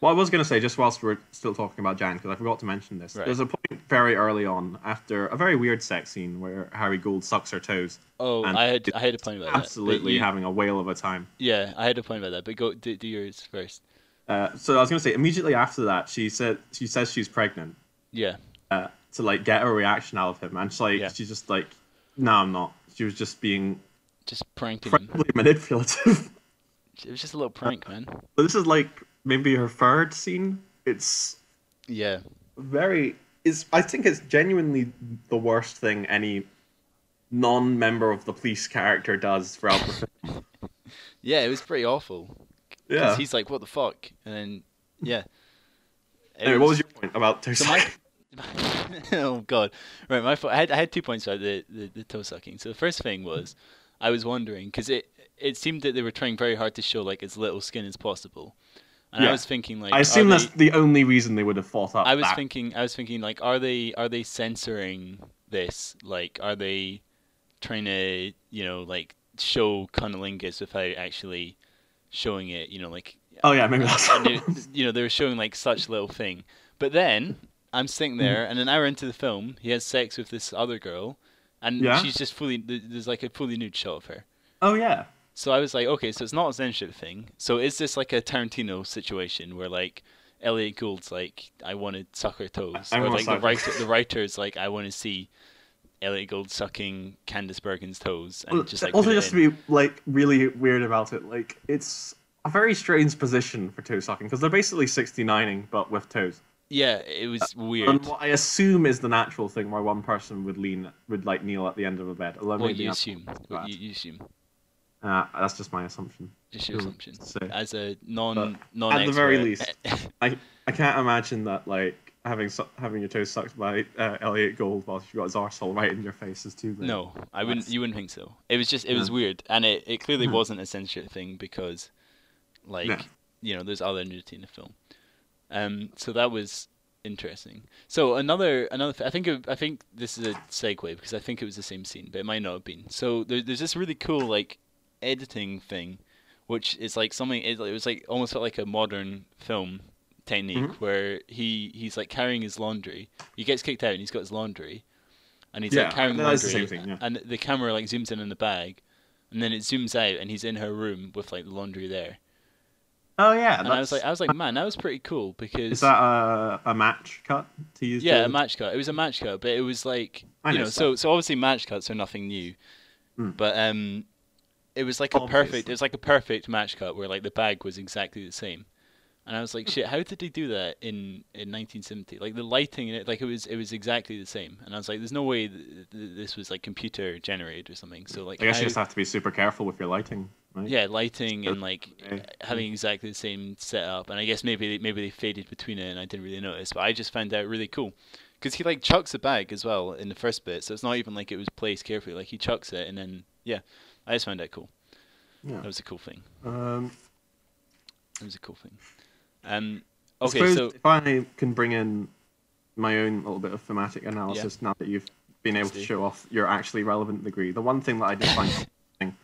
B: Well, I was going to say, just whilst we're still talking about Jan, because I forgot to mention this,
A: Right.
B: there's a point very early on after a very weird sex scene where Harry Gould sucks her toes.
A: Oh,
B: and
A: I had
B: it's
A: I had a point about that. but
B: absolutely
A: you-
B: having a whale of a time.
A: yeah, I had a point about that. But go do, do yours first.
B: Uh, so I was going to say, immediately after that, she said she says she's pregnant
A: Yeah,
B: uh, to like get a reaction out of him, and she's like,
A: Yeah.
B: she's just like, no, I'm not. She was just being
A: just pranking. him.
B: incredibly manipulative.
A: It was just a little prank, man.
B: but this is like maybe her third scene. It's
A: Yeah.
B: very is I think it's genuinely the worst thing any non-member of the police character does throughout the film.
A: Yeah, it was pretty awful. 'Cause
B: Yeah.
A: he's like, what the fuck? And then, yeah. It
B: Anyway, what was your point about
A: So
B: Tosin?
A: my... oh, God. Right, my fault. I had, I had two points about the, the, the toe sucking. So the first thing was, I was wondering, because it, it seemed that they were trying very hard to show, like, as little skin as possible. And
B: Yeah.
A: I was thinking, like...
B: I
A: are
B: assume that's
A: they-
B: the only reason they would have thought up.
A: I was
B: that.
A: thinking. I was thinking. Like, are they are they censoring this? Like, are they trying to you know like show cunnilingus without actually showing it? You know, like
B: Oh yeah, maybe that's.
A: and it- you know they were showing like such little thing. But then I'm
B: Mm.
A: sitting there, and an hour into the film, he has sex with this other girl, and
B: Yeah.
A: she's just fully th- there's like a fully nude shot of her.
B: oh yeah.
A: So I was like, okay, so it's not a censorship thing. So is this like a Tarantino situation where like Elliot Gould's like, I want to suck her toes,
B: I
A: or
B: wanna
A: like the
B: suck her-
A: writer, the writer's like, I want to see Elliot Gould sucking Candice Bergen's toes, and just like
B: also,
A: put it
B: just
A: in.
B: to be like really weird about it, like it's a very strange position for toe sucking because they're basically 69ing but with toes.
A: yeah, it was weird.
B: And what I assume is the natural thing where one person would lean, would like kneel at the end of a bed. Although
A: What
B: maybe
A: you
B: I'm-
A: assume? What
B: bad.
A: you, you assume?
B: Uh, that's just my assumption.
A: Just your
B: Mm,
A: assumption.
B: so-
A: As a non Eh, non
B: at the very least, I I can't imagine that like having su- having your toes sucked by uh, Elliot Gold whilst you've got his arsehole right in your face is too. Lame.
A: No, I wouldn't.
B: That's- Hmm.
A: You wouldn't think so. It was just it was
B: No.
A: weird, and it, it clearly
B: No.
A: wasn't a censorship thing because, like,
B: No.
A: you know, there's other nudity in the film. Um, so that was interesting. So another another th- I think it, I think this is a segue because I think it was the same scene, but it might not have been. So there, there's this really cool like editing thing, which is like something. It, it was like almost felt like a modern film technique
B: Mhm.
A: where he he's like carrying his laundry. He gets kicked out and he's got his laundry, and he's
B: Yeah,
A: like carrying
B: no,
A: laundry.
B: that's the same thing, yeah.
A: And the camera like zooms in on the bag, and then it zooms out and he's in her room with like the laundry there.
B: Oh yeah,
A: And I was like,
B: that's-
A: I was like, man, that was pretty cool because
B: is that a, a match cut to use?
A: yeah,
B: the-
A: a match cut. It was a match cut, but it was like
B: I
A: you
B: know
A: know, so so obviously match cuts are nothing new,
B: Mm.
A: but um, it was like a perfect.
B: Obviously.
A: It was like a perfect match cut where like the bag was exactly the same, and I was
B: Hmm.
A: like, shit, how did they do that in in 1970? Like the lighting in it, like it was it was exactly the same, and I was like, there's no way th- th- this was like computer generated or something. So like,
B: I guess
A: how-
B: you just have to be super careful with your lighting, right?
A: yeah, lighting and like
B: Yeah.
A: having exactly the same setup, and I guess maybe they, maybe they faded between it, and I didn't really notice. But I just found that really cool because he like chucks a bag as well in the first bit, so it's not even like it was placed carefully. Like he chucks it, and then yeah, I just found that cool.
B: Yeah.
A: That was a cool thing.
B: Um,
A: That was a cool thing. Um.
B: I
A: Okay,
B: suppose
A: so
B: if I can bring in my own little bit of thematic analysis now that you've been able
A: Let's do.
B: to show off your actually relevant degree, the one thing that I did find interesting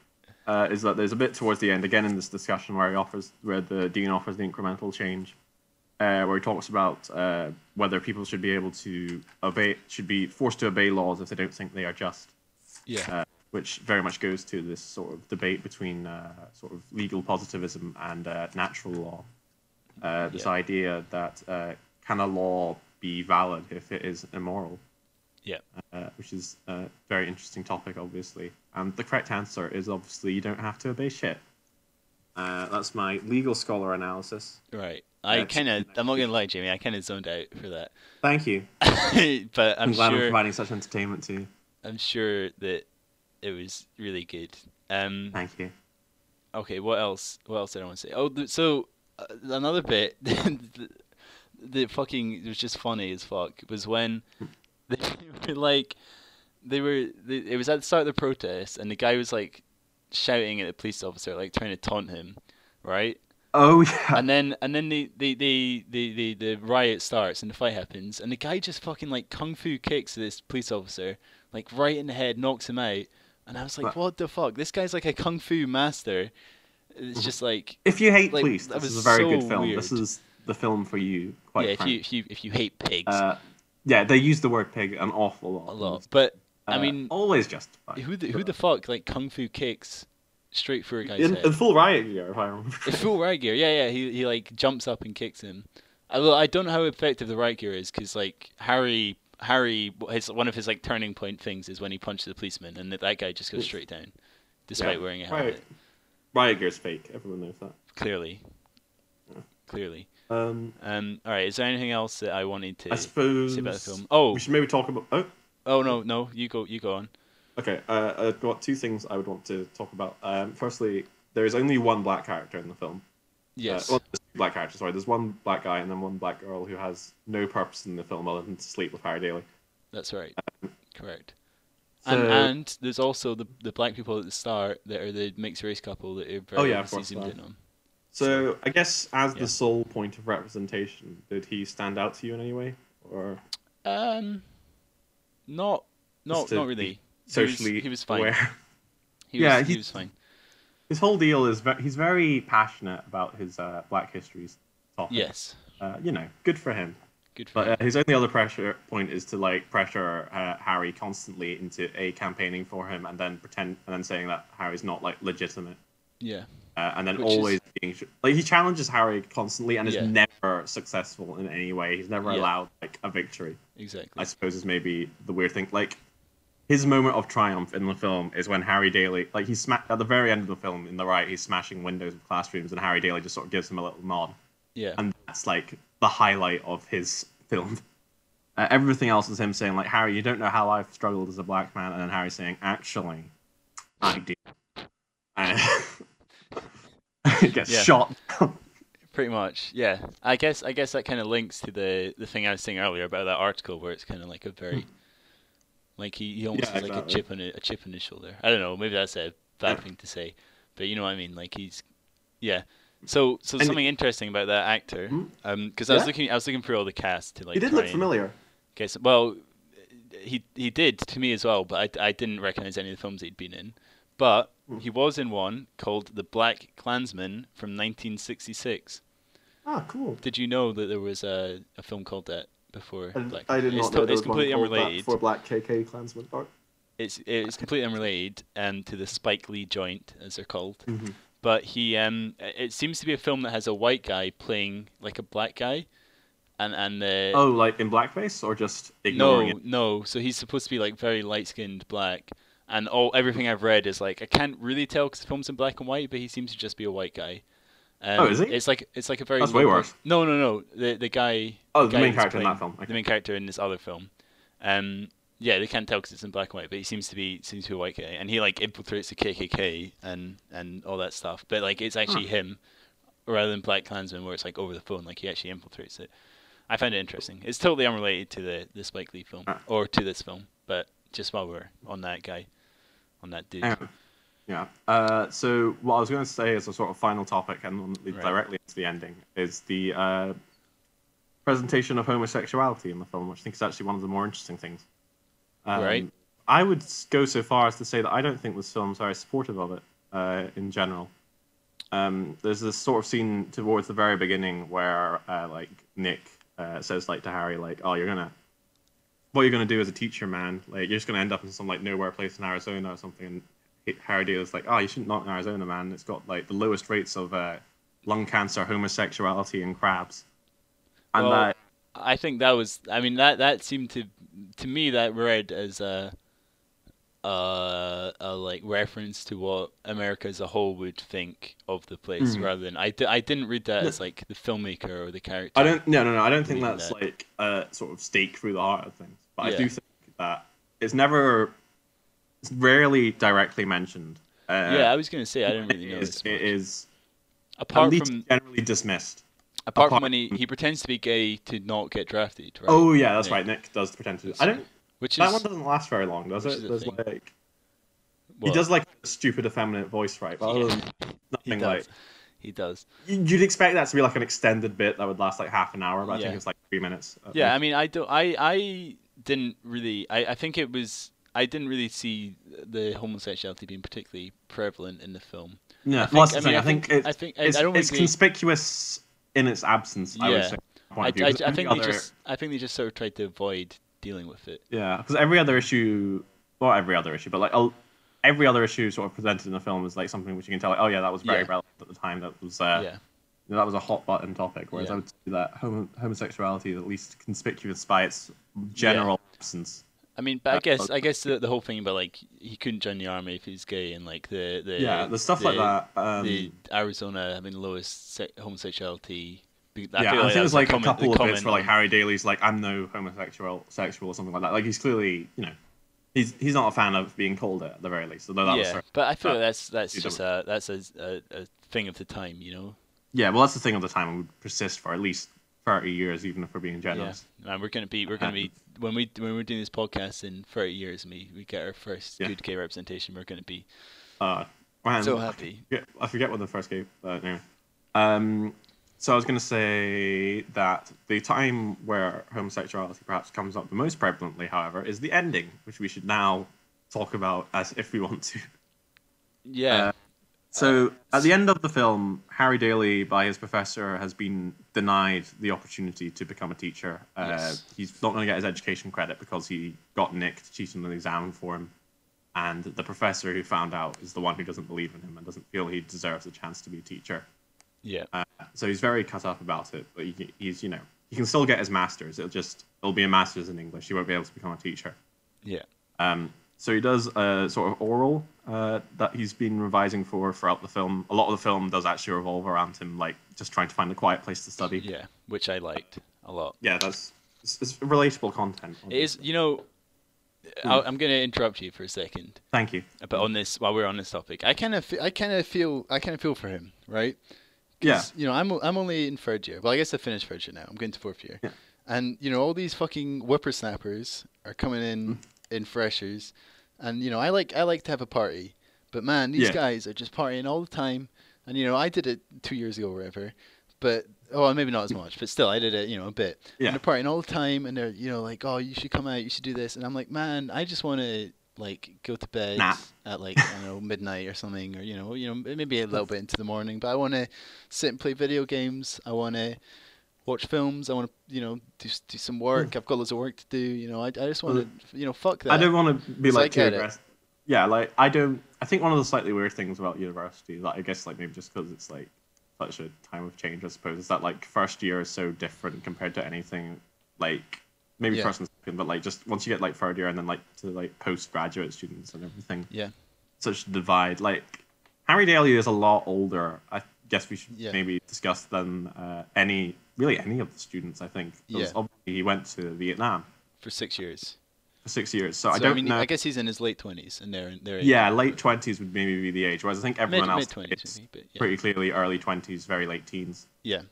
B: uh, is that there's a bit towards the end, again in this discussion, where he offers, where the dean offers the incremental change, uh, where he talks about uh, whether people should be able to obey, should be forced to obey laws if they don't think they are just
A: yeah,
B: uh, which very much goes to this sort of debate between uh, sort of legal positivism and uh, natural law. Uh, this
A: Yeah.
B: idea that uh, can a law be valid if it is immoral,
A: yeah,
B: uh, which is a very interesting topic, obviously. And the correct answer is obviously you don't have to obey shit. Uh, that's my legal scholar analysis.
A: right. I
B: That's-
A: kind of, I'm not gonna lie, Jamie. I kind of zoned out for that,
B: Thank you.
A: but
B: I'm,
A: I'm
B: glad I'm
A: sure,
B: providing such entertainment to you.
A: I'm sure that it was really good. Um.
B: Thank you.
A: okay what else what else did i want to say oh th- so uh, another bit the, the fucking it was just funny as fuck was when they were like they were they, it was at the start of the protest and the guy was like shouting at the police officer like trying to taunt him right
B: Oh, yeah.
A: and then and then the the, the, the, the the riot starts and the fight happens and the guy just fucking like kung fu kicks this police officer like right in the head knocks him out and i was like
B: Right.
A: what the fuck this guy's like a kung fu master
B: Mm-hmm.
A: it's just like
B: If you hate
A: Like,
B: police,
A: that
B: this
A: was
B: is a very
A: so
B: good film. This
A: weird.
B: is the film for you, quite
A: yeah if
B: frankly.
A: you, if you if you hate pigs
B: Uh, yeah, they use the word pig an awful lot.
A: a lot but i
B: Uh,
A: mean
B: always justified.
A: who the, who the fuck like kung fu kicks straight through a guy's
B: in,
A: head
B: in full riot gear, if I remember.
A: The full right gear, yeah, yeah. He he like jumps up and kicks him. I I don't know how effective the right gear is because like Harry Harry his one of his like turning point things is when he punches the policeman and that, that guy just goes
B: Yes.
A: straight down, despite
B: Yeah,
A: wearing a helmet.
B: riot, riot gear's fake. Everyone knows that.
A: Clearly, clearly.
B: Um,
A: Um. All right. Is there anything else that I wanted to
B: I suppose
A: say about the film? Oh,
B: we should maybe talk about. Oh,
A: oh no, no. You go. You go on.
B: okay. Uh, I've got two things I would want to talk about. Um, firstly, there is only one black character in the film.
A: Yes.
B: Uh, well, there's two black character. Sorry, there's one black guy and then one black girl who has no purpose in the film other than to sleep with Harry Daly.
A: that's right. Correct.
B: um, So-
A: and and there's also the the black people at the start that are the mixed race couple that are very
B: Oh, yeah, of
A: obviously
B: course,
A: zoomed
B: yeah.
A: in on.
B: So I guess as
A: Yeah.
B: the sole point of representation, did he stand out to you in any way, or
A: Um, not, not,
B: Just to
A: not
B: be
A: really.
B: socially
A: he was, he was fine.
B: aware?
A: He was,
B: Yeah,
A: he
B: he-
A: was fine.
B: His whole deal is ve- he's very passionate about his uh, Black History's topic.
A: Yes,
B: uh, you know, good for him.
A: good for
B: But
A: him.
B: uh, his only other pressure point is to like pressure uh, Harry constantly into a campaigning for him, and then pretend and then saying that Harry's not like legitimate,
A: yeah,
B: uh, and then
A: Which is-
B: always being like he challenges Harry constantly and is
A: Yeah.
B: never successful in any way. He's never
A: Yeah.
B: allowed like a victory. I
A: exactly.
B: suppose is maybe the weird thing. Like his moment of triumph in the film is when Harry Daly, like he's sma- at the very end of the film in the right, he's smashing windows of classrooms, and Harry Daly just sort of gives him a little nod,
A: Yeah,
B: and that's like the highlight of his film. Uh, everything else is him saying like Harry, you don't know how I've struggled as a black man, and then Harry saying, actually, I do. And gets
A: Yeah.
B: shot.
A: Pretty much, yeah. I guess I guess that kind of links to the the thing I was saying earlier about that article where it's kind of like a very, like he, he almost
B: Yeah,
A: has like a
B: exactly.
A: chip on a, a chip on his shoulder. I don't know, maybe that's a bad
B: Yeah.
A: thing to say, but you know what I mean. Like he's, yeah. So so
B: And-
A: something interesting about that actor,
B: Hmm?
A: um, because I was
B: Yeah?
A: looking I was looking through all the cast to like.
B: he did
A: try
B: look
A: and-
B: familiar.
A: Okay, so, well, he he did to me as well, but I, I didn't recognize any of the films he'd been in. But
B: Hmm.
A: he was in one called The Black Klansman from 1966.
B: Ah, cool.
A: Did you know that there was a, a film called that before?
B: I,
A: Black
B: I
A: Klansman?
B: did not
A: It's,
B: know
A: to-
B: there
A: it's
B: was one
A: completely
B: called Black-
A: unrelated.
B: for Black KK Klansman. Oh,
A: It's it's completely unrelated um, to the Spike Lee joint, as they're called.
B: Mhm.
A: But he um, it seems to be a film that has a white guy playing like a black guy, and and the
B: oh, like in blackface or just
A: No,
B: ignoring it?
A: no. So he's supposed to be like very light-skinned black, and all everything I've read is like I can't really tell because the film's in black and white, but he seems to just be a white guy. Um,
B: Oh, is he?
A: It's like it's like a very.
B: That's way worse.
A: No, no, no. The the guy.
B: Oh, the
A: guy
B: main
A: who's
B: character in
A: playing-
B: that film.
A: The
B: Okay.
A: main character in this other film. Um, yeah, they can't tell because it's in black and white, but he seems to be seems to be a white guy, and he like infiltrates the KKK and and all that stuff. But like it's actually him, rather than Black Klansman, where it's like over the phone, like he actually infiltrates it. I find it interesting. It's totally unrelated to the the Spike Lee film
B: Ah.
A: or to this film, but just while we're on that guy, on that dude.
B: Anyway, Yeah. Uh, so what I was going to say as a sort of final topic, and one that leads
A: Right.
B: directly into the ending, is the uh, presentation of homosexuality in the film, which I think is actually one of the more interesting things. Um,
A: Right.
B: I would s- go so far as to say that I don't think this film's very supportive of it uh, in general. Um, there's this sort of scene towards the very beginning where, uh, like, Nick uh, says, like, to Harry, like, "Oh, you're gonna what you're gonna do as a teacher, man. Like you're just gonna end up in some like nowhere place in Arizona or something. And H- Harry Dealer's like, oh, you shouldn't knock in Arizona, man. It's got like the lowest rates of uh, lung cancer, homosexuality, and crabs. And
A: Well,
B: like,
A: I think that was. I mean, that that seemed to to me that read as a, a, a like reference to what America as a whole would think of the place,
B: Mhm.
A: rather than I, di- I didn't read that
B: No.
A: as like the filmmaker or the character.
B: I don't. No, no, no. I don't think
A: Believe in
B: that's
A: that.
B: like a sort of stake through the heart of things. But I
A: Yeah.
B: do think that it's never, it's rarely directly mentioned. Uh,
A: yeah, I was gonna say I didn't
B: it
A: really know.
B: is, it is at
A: apart
B: least
A: from
B: generally dismissed.
A: apart,
B: apart
A: from when he, he pretends to be gay to not get drafted, right?
B: Oh yeah, that's
A: Yeah.
B: right. Nick does pretend to. I don't.
A: Which is
B: That one doesn't last very long, does
A: which is
B: it?
A: the
B: There's
A: thing.
B: like
A: well,
B: He does like a stupid effeminate voice, right? But other
A: Yeah.
B: than
A: He
B: nothing
A: does.
B: like
A: He does.
B: you- you'd expect that to be like an extended bit that would last like half an hour, but I
A: Yeah.
B: think it's like three minutes. at
A: Yeah, I
B: least.
A: mean, I do. I I didn't really. I I think it was. I didn't really see the homosexuality being particularly prevalent in the film. I
B: yeah.
A: think-
B: well, that's the
A: I mean,
B: thing.
A: I
B: I think,
A: think-
B: it's,
A: I think- I-
B: it's,
A: I don't
B: it's
A: agree.
B: conspicuous in its absence. I would
A: Yeah.
B: say. from
A: I,
B: my point
A: I,
B: of view, 'cause
A: I think
B: every
A: they
B: other-
A: just. I think they just sort of tried to avoid dealing with it.
B: Yeah, because every other issue, well, every other issue, but like a, every other issue sort of presented in the film is like something which you can tell, like, oh yeah, that was very
A: Yeah.
B: relevant at the time. That was uh,
A: yeah.
B: you know, that was a hot button topic. Whereas
A: Yeah.
B: I would say that homo- homosexuality is at least conspicuous by its general absence.
A: I mean, but I
B: Uh,
A: guess I guess the, the whole thing about like he couldn't join the army if he's gay and like the the
B: yeah, the stuff like that. Um,
A: the Arizona having lowest se- homosexuality. I
B: yeah, I,
A: feel
B: think
A: that
B: there's
A: was
B: like
A: comment-
B: a couple of bits
A: comment
B: where like
A: on-
B: Harry Daly's like, "I'm no homosexual, sexual, or something like that." Like he's clearly, you know, he's he's not a fan of being called it at the very least. Although that was
A: yeah,
B: sort of-
A: but I feel
B: uh,
A: that's that's
B: you
A: just a that's a, a a thing of the time, you know.
B: yeah, well, that's the thing of the time. It would persist for at least thirty years, even if we're being
A: Yeah,
B: generous.
A: man, we're gonna be we're gonna be when we when we're doing this podcast in thirty years, and we we get our first
B: Yeah.
A: good gay representation. We're gonna be
B: Uh, man,
A: so happy.
B: Yeah, I forget what the first game. Uh, anyway. um, so I was going to say that the time where homosexuality perhaps comes up the most prevalently, however, is the ending, which we should now talk about as if we want to.
A: Yeah,
B: Uh, So at the end of the film, Harry Daly, by his professor, has been denied the opportunity to become a teacher. Uh,
A: Yes.
B: He's not going to get his education credit because he got Nick to cheat on an exam for him. And the professor who found out is the one who doesn't believe in him and doesn't feel he deserves a chance to be a teacher.
A: yeah,
B: Uh, so he's very cut up about it, but he, he's, you know, he can still get his master's. It'll just, it'll be a master's in English. He won't be able to become a teacher.
A: yeah,
B: Um, so he does a sort of oral uh, that he's been revising for throughout the film. A lot of the film does actually revolve around him, like just trying to find a quiet place to study. Yeah,
A: yeah, which I liked a lot.
B: that's it's, it's relatable content.
A: It is, you know, I, I'm gonna interrupt you for a second,
B: Thank you.
A: but on this while we're on this topic, I kind of I kind of feel I kind of feel for him, right?
B: Yeah.
A: you know, I'm I'm only in third year. Well, I guess I finished third year now. I'm going to fourth year.
B: Yeah.
A: And you know, all these fucking whippersnappers are coming in
B: Mm-hmm.
A: in freshers, and you know, I like I like to have a party, but man, these
B: Yeah.
A: guys are just partying all the time. And you know, I did it two years ago, or whatever. But oh, maybe not as much, but still, I did it. You know, a bit.
B: Yeah.
A: And they're partying all the time, and they're you know like, oh, you should come out, you should do this, and I'm like, man, I just want to like go to bed
B: Nap.
A: at like I don't know midnight or something, or you know, you know, maybe a little bit into the morning. But I want to sit and play video games. I want to watch films. I want to you know do s- do some work. I've got loads of work to do. You know, I, I just want to you know fuck that.
B: Mm. I don't want to be
A: So I
B: like too
A: get it.
B: aggressive. Yeah, like I don't. I think one of the slightly weird things about university, like I guess, like maybe just because it's like such a time of change, I suppose, is that like first year is so different compared to anything like maybe
A: Yeah.
B: first and second, but like just once you get like third year and then like to like postgraduate students and everything,
A: Yeah,
B: such a divide. Like Harry Daly is a lot older. I guess we should
A: Yeah.
B: maybe discuss than uh, any really any of the students. I think
A: Yeah.
B: 'Cause obviously he went to Vietnam
A: for six years.
B: for six years, so,
A: So,
B: I don't
A: mean,
B: know.
A: I guess he's in his late twenties, and they're in their
B: Yeah, late twenties would maybe be the age. Whereas I think
A: mid
B: everyone
A: mid
B: else
A: twenties,
B: is
A: maybe. But yeah.
B: pretty clearly early twenties, very late teens,
A: yeah,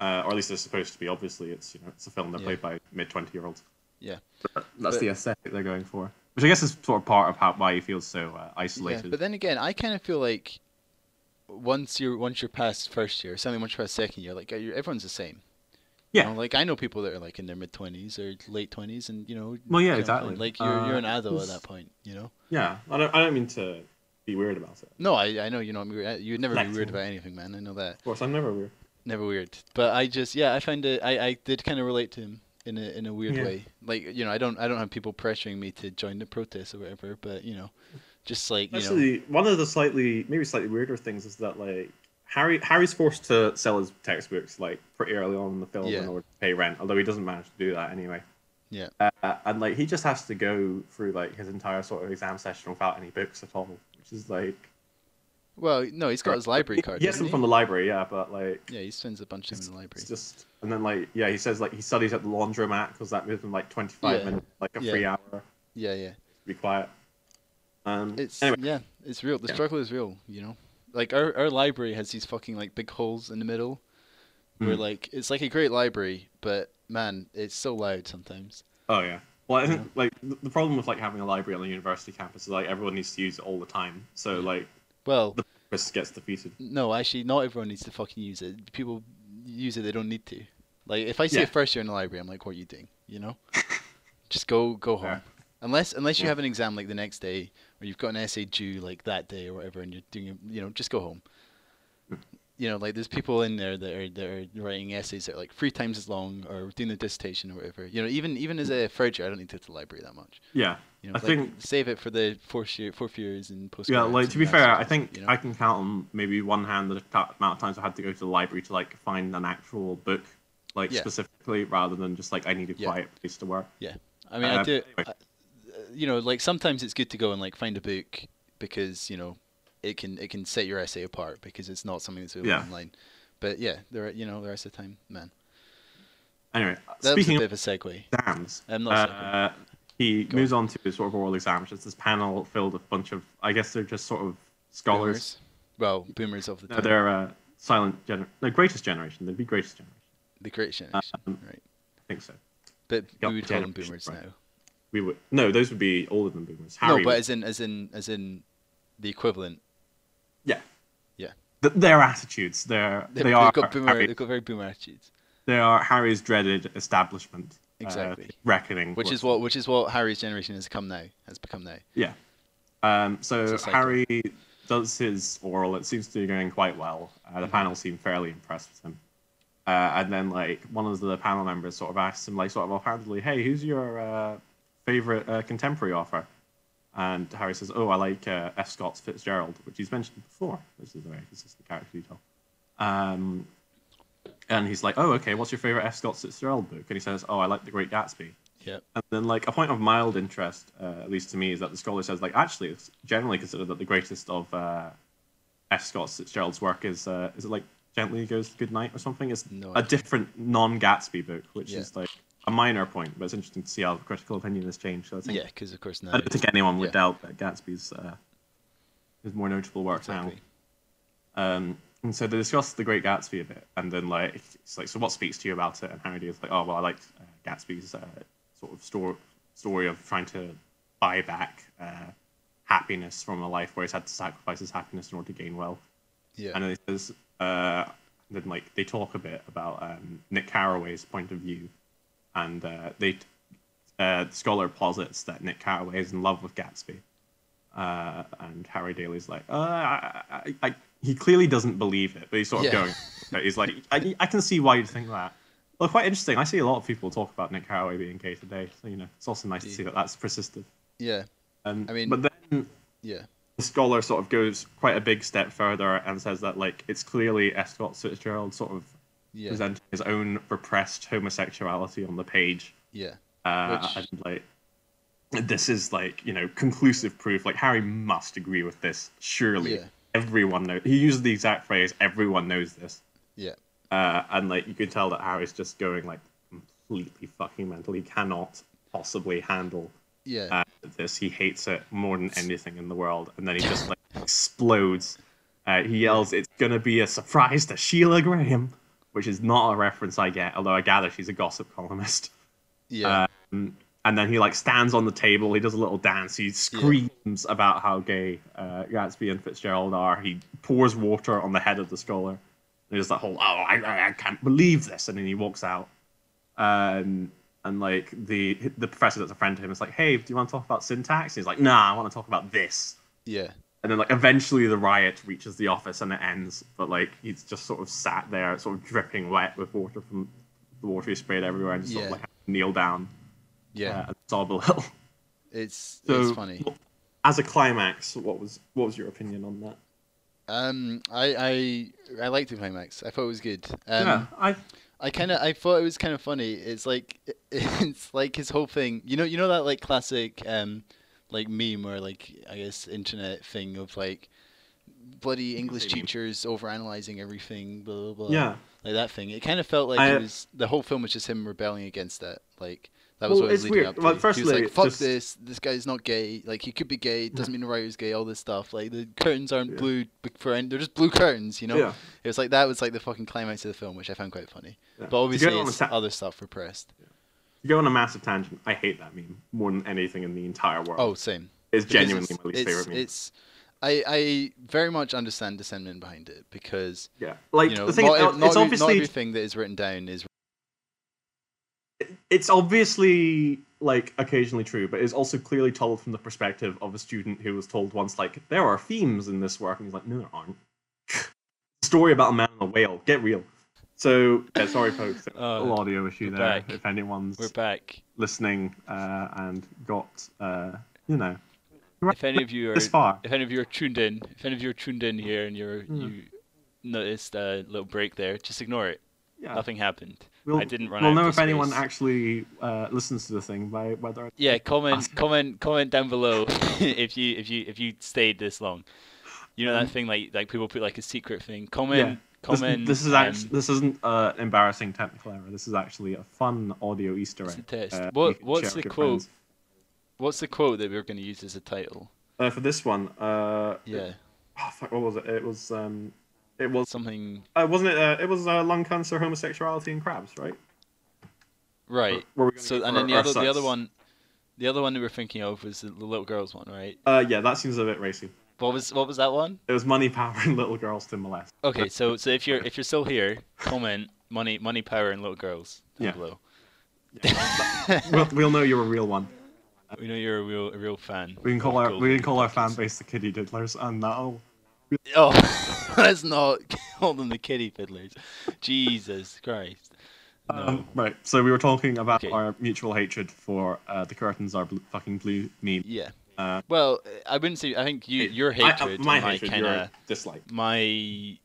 B: uh, or at least they're supposed to be. Obviously, it's you know it's a film they're
A: Yeah.
B: played by mid twenty year olds.
A: yeah.
B: That's
A: But-
B: the aesthetic they're going for, which I guess is sort of part of how why he feels so uh,
A: Yeah,
B: isolated.
A: but then again, I kind of feel like once you're once you're past first year, something once you're past second year, like you everyone's the same. You
B: Yeah.
A: know, like I know people that are like in their mid twenties or late twenties, and you know.
B: Well, yeah,
A: kind of
B: exactly.
A: Like you're you're an
B: Uh,
A: adult at
B: it's-
A: that point, you know.
B: yeah, I don't I don't mean to be weird about it.
A: No, I I know you know I'm weird. You'd never be weird
B: Flexible.
A: about anything, man. I know that.
B: Of course, I'm never weird.
A: Never weird. But I just yeah, I find it. I I did kind of relate to him in a in a weird
B: Yeah.
A: way. Like you know, I don't I don't have people pressuring me to join the protest or whatever, but you know, just like you know.
B: Actually, one of the slightly maybe slightly weirder things is that like Harry Harry's forced to sell his textbooks like pretty early on in the film
A: Yeah.
B: in order to pay rent, although he doesn't manage to do that anyway.
A: Yeah.
B: Uh, and like he just has to go through like his entire sort of exam session without any books at all, which is like
A: Well, no, he's got his library card.
B: He gets
A: doesn't
B: them
A: he?
B: from the library, yeah, but like
A: Yeah, he spends a bunch of
B: it's,
A: them in the library.
B: it's just and then like yeah, he says like he studies at the laundromat because that gives him like twenty five
A: Yeah.
B: minutes, like a
A: Yeah.
B: free hour, to
A: Yeah, yeah.
B: be quiet. Um,
A: It's
B: anyway,
A: yeah, it's real. The
B: Yeah.
A: struggle is real, you know. Like our our library has these fucking like big holes in the middle where
B: Mm.
A: like it's like a great library, but man, it's so loud sometimes.
B: Oh yeah. Well, I think like th- the problem with like having a library on a university campus is like everyone needs to use it all the time, so like
A: Well,
B: the purpose gets defeated.
A: no, actually not everyone needs to fucking use it. People use it they don't need to. Like if I see
B: Yeah.
A: a first year in the library, I'm like what are you doing, you know? Just go go home.
B: Fair.
A: Unless unless you
B: Yeah.
A: have an exam like the next day or you've got an essay due like that day or whatever and you're doing it, you know, just go home.
B: Hmm.
A: You know, like there's people in there that are that are writing essays that are like three times as long or doing the dissertation or whatever. You know, even even as a third year I don't need to go to the library that much.
B: Yeah,
A: You know,
B: I
A: like,
B: think
A: save it for the fourth year fourth years and post
B: yeah. Like to be fair, I think I can count on maybe one hand the ta- amount of times I had to go to the library to like find an actual book, like
A: Yeah.
B: specifically, rather than just like I need a
A: Yeah.
B: quiet place to work.
A: I mean, I
B: Uh,
A: do.
B: anyway.
A: I- you know, like sometimes it's good to go and like find a book because you know it can it can set your essay apart because it's not something that's available
B: Yeah.
A: online. But yeah, there are, you know the rest of the time, man.
B: Anyway,
A: That
B: speaking
A: was a
B: of
A: bit of a segue.
B: exams,
A: I'm not segue.
B: uh, he
A: Go
B: moves on. to his sort of oral exams. It's this panel filled with a bunch of I guess they're just sort of scholars.
A: Boomers. Well, boomers of the
B: No,
A: time.
B: they're uh, silent. Gener- no, greatest generation. They'd be greatest generation.
A: the great generation,
B: um,
A: right?
B: I think so.
A: But
B: yeah,
A: we would call them
B: generation,
A: boomers
B: right.
A: now.
B: We would no. Those would be older than boomers. Harry.
A: no, but
B: would-
A: as in as in as in the equivalent.
B: yeah,
A: Yeah.
B: Th- their attitudes. Their
A: They've,
B: they are
A: They've got, boomer,
B: Harry-
A: they've got very boomer attitudes,
B: they are Harry's dreaded establishment. uh,
A: Exactly.
B: reckoning.
A: which is what which is what Harry's generation has come now has become now.
B: Yeah. Um. So
A: It's a cycle.
B: Harry does his oral. It seems to be going quite well. Uh,
A: Mm-hmm.
B: the panel seem fairly impressed with him. Uh, and then like one of the panel members sort of asks him like sort of offhandedly, "Hey, who's your uh, favorite uh, contemporary author?" And Harry says, "Oh, I like uh, F. Scott Fitzgerald, which he's mentioned before, which is a very consistent character detail." Um, and he's like, "Oh, okay. What's your favorite F. Scott Fitzgerald book?" And he says, "Oh, I like The Great Gatsby."
A: Yeah.
B: And then, like, a point of mild interest, uh, at least to me, is that the scholar says, like, actually, it's generally considered that the greatest of uh, F. Scott Fitzgerald's work is, uh, is it like Gently Goes Good Night or something? It's
A: No
B: a
A: idea.
B: different non Gatsby book, which
A: Yeah.
B: is, like, a minor point, but it's interesting to see how the critical opinion has changed. So I think
A: Yeah, because of course now.
B: I don't think anyone would
A: Yeah.
B: doubt that Gatsby's uh, his more notable work
A: Exactly.
B: now. Um, And so they discuss the Great Gatsby a bit, and then like it's like, so what speaks to you about it? And Harry is like, oh well, I liked uh, Gatsby's uh, sort of story story of trying to buy back uh, happiness from a life where he's had to sacrifice his happiness in order to gain wealth.
A: Yeah.
B: And then he says, uh, then like they talk a bit about um, Nick Carraway's point of view, and uh, they uh, the scholar posits that Nick Carraway is in love with Gatsby, uh, and Harry Daly's like, uh, I, I, I, he clearly doesn't believe it, but he's sort of
A: Yeah.
B: going. but He's like, I, I can see why you'd think that. Well, quite interesting. I see a lot of people talk about Nick Carraway being gay today, so you know it's also nice to see that that's persisted.
A: Yeah.
B: Um,
A: I mean-
B: but then
A: Yeah.
B: the scholar sort of goes quite a big step further and says that like it's clearly F. Scott Fitzgerald sort of
A: Yeah.
B: presenting his own repressed homosexuality on the page,
A: yeah.
B: uh,
A: Which-
B: and like this is like you know conclusive proof. Like Harry must agree with this. Surely
A: Yeah.
B: everyone knows. He uses the exact phrase. Everyone knows this,
A: Yeah.
B: uh, and like you can tell that Harry's just going like completely fucking mental. He cannot possibly handle
A: Yeah.
B: uh, this. He hates it more than anything in the world, and then he just like explodes. Uh, he yells, "It's gonna be a surprise to Sheila Graham," which is not a reference I get, although I gather she's a gossip columnist.
A: yeah.
B: uh, And then he like stands on the table. He does a little dance. He screams about how gay uh, Gatsby and Fitzgerald are. He pours water on the head of the scholar. There's that whole "oh, I, I, I can't believe this," and then he walks out. Um, and like the the professor that's a friend to him is like, "Hey, do you want to talk about syntax?" he's like, "Nah, I want to talk about this."
A: yeah.
B: And then like eventually the riot reaches the office and it ends. But like he's just sort of sat there, sort of dripping wet with water from the water he sprayed everywhere, and just sort of
A: Yeah.
B: like kneel down
A: Yeah.
B: uh, and sob a little.
A: It's
B: So,
A: it's funny.
B: w- As a climax, what was what was your opinion on that?
A: Um, I I I liked the climax. I thought it was good. Um,
B: yeah, I
A: I kind of I thought it was kind of funny. It's like it's like his whole thing. You know, you know that like classic um like meme or like I guess internet thing of like bloody English
B: Maybe.
A: teachers overanalyzing everything, blah blah blah.
B: yeah.
A: like that thing. It kind of felt like
B: I-
A: it was the whole film was just him rebelling against that. Like that was
B: Well,
A: what it was
B: it's
A: leading
B: weird.
A: up to.
B: Well,
A: he was
B: firstly,
A: like, "Fuck
B: just-
A: this! This guy's not gay. Like he could be gay. It doesn't mean the writer's gay. All this stuff. Like the curtains aren't
B: Yeah.
A: blue b- for any. They're just blue curtains. You know.
B: Yeah.
A: It was like that was like the fucking climax of the film, which I found quite funny.
B: Yeah.
A: But
B: To
A: obviously,
B: go on
A: it's
B: the ta-
A: other stuff repressed.
B: To go on a massive tangent, I hate that meme more than anything in the entire world.
A: Oh, same.
B: it's
A: because
B: genuinely
A: it's,
B: my least
A: it's-
B: favorite meme.
A: It's. I, I very much understand the sentiment behind it because
B: yeah, like
A: you know
B: the thing
A: not,
B: is,
A: ev-
B: it's
A: not, every- not
B: obviously
A: everything that is written down is
B: it's obviously like occasionally true, but it's also clearly told from the perspective of a student who was told once like there are themes in this work, and he's like, no, there aren't. Story about a man and a whale. Get real. So yeah, sorry, folks. there was a
A: Oh,
B: little audio issue
A: we're
B: there.
A: back.
B: If anyone's
A: we're back.
B: listening uh, and got uh, you know
C: If any of you are
B: this far.
C: if any of you are tuned in, if any of you are tuned in here and you're
B: Hmm.
C: you noticed a little break there, just ignore it.
B: Yeah.
C: Nothing happened.
B: Ah. We'll,
C: I didn't run
B: We'll
C: out
B: know
C: of
B: if anyone
C: space.
B: actually uh, listens to the thing by whether.
C: Yeah, comment comment comment down below if you if you if you stayed this long. You know that thing like like people put like a secret thing. Comment
B: Um, This,
C: comment
B: this is
C: um,
B: actually this isn't uh, embarrassing technical error. This is actually a fun audio Easter
C: It's
B: egg.
C: a test.
B: uh,
C: What-
B: you can
C: what's
B: share with
C: the
B: your
C: quote?
B: friends.
C: what's the quote that we were gonna use as a title?
B: Uh, for this one? Uh,
C: Yeah.
B: oh, fuck, what was it? It was um, it was
C: Something
B: uh, wasn't it? Uh, it was uh, lung cancer, homosexuality, and crabs, right?
C: right.
B: Were we gonna
C: So
B: go
C: and
B: for
C: then the
B: our
C: other the other
B: sex?
C: one the other one we were thinking of was the little girls one, right?
B: Uh, yeah, that seems a bit racy.
C: What was what was that one?
B: It was money, power, and little girls to molest.
C: Okay, so so if you're if you're still here, comment money money power and little girls down
B: Yeah.
C: below.
B: we'll, we'll know you're a real one.
C: We know you're a real a real fan.
B: We can call
C: of
B: our we
C: Golden
B: can call our fan
C: Pockets.
B: base the Kitty Diddlers, and that'll
C: Oh, let's not call them the kitty fiddlers. Jesus Christ. No.
B: Um, right, so we were talking about
C: Okay.
B: our mutual hatred for uh, the curtains are blue, fucking blue meme.
C: yeah.
B: Uh,
C: Well, I wouldn't say. I think you your
B: I- uh,
C: hatred,
B: my
C: and my
B: hatred,
C: kind
B: your
C: of
B: dislike.
C: my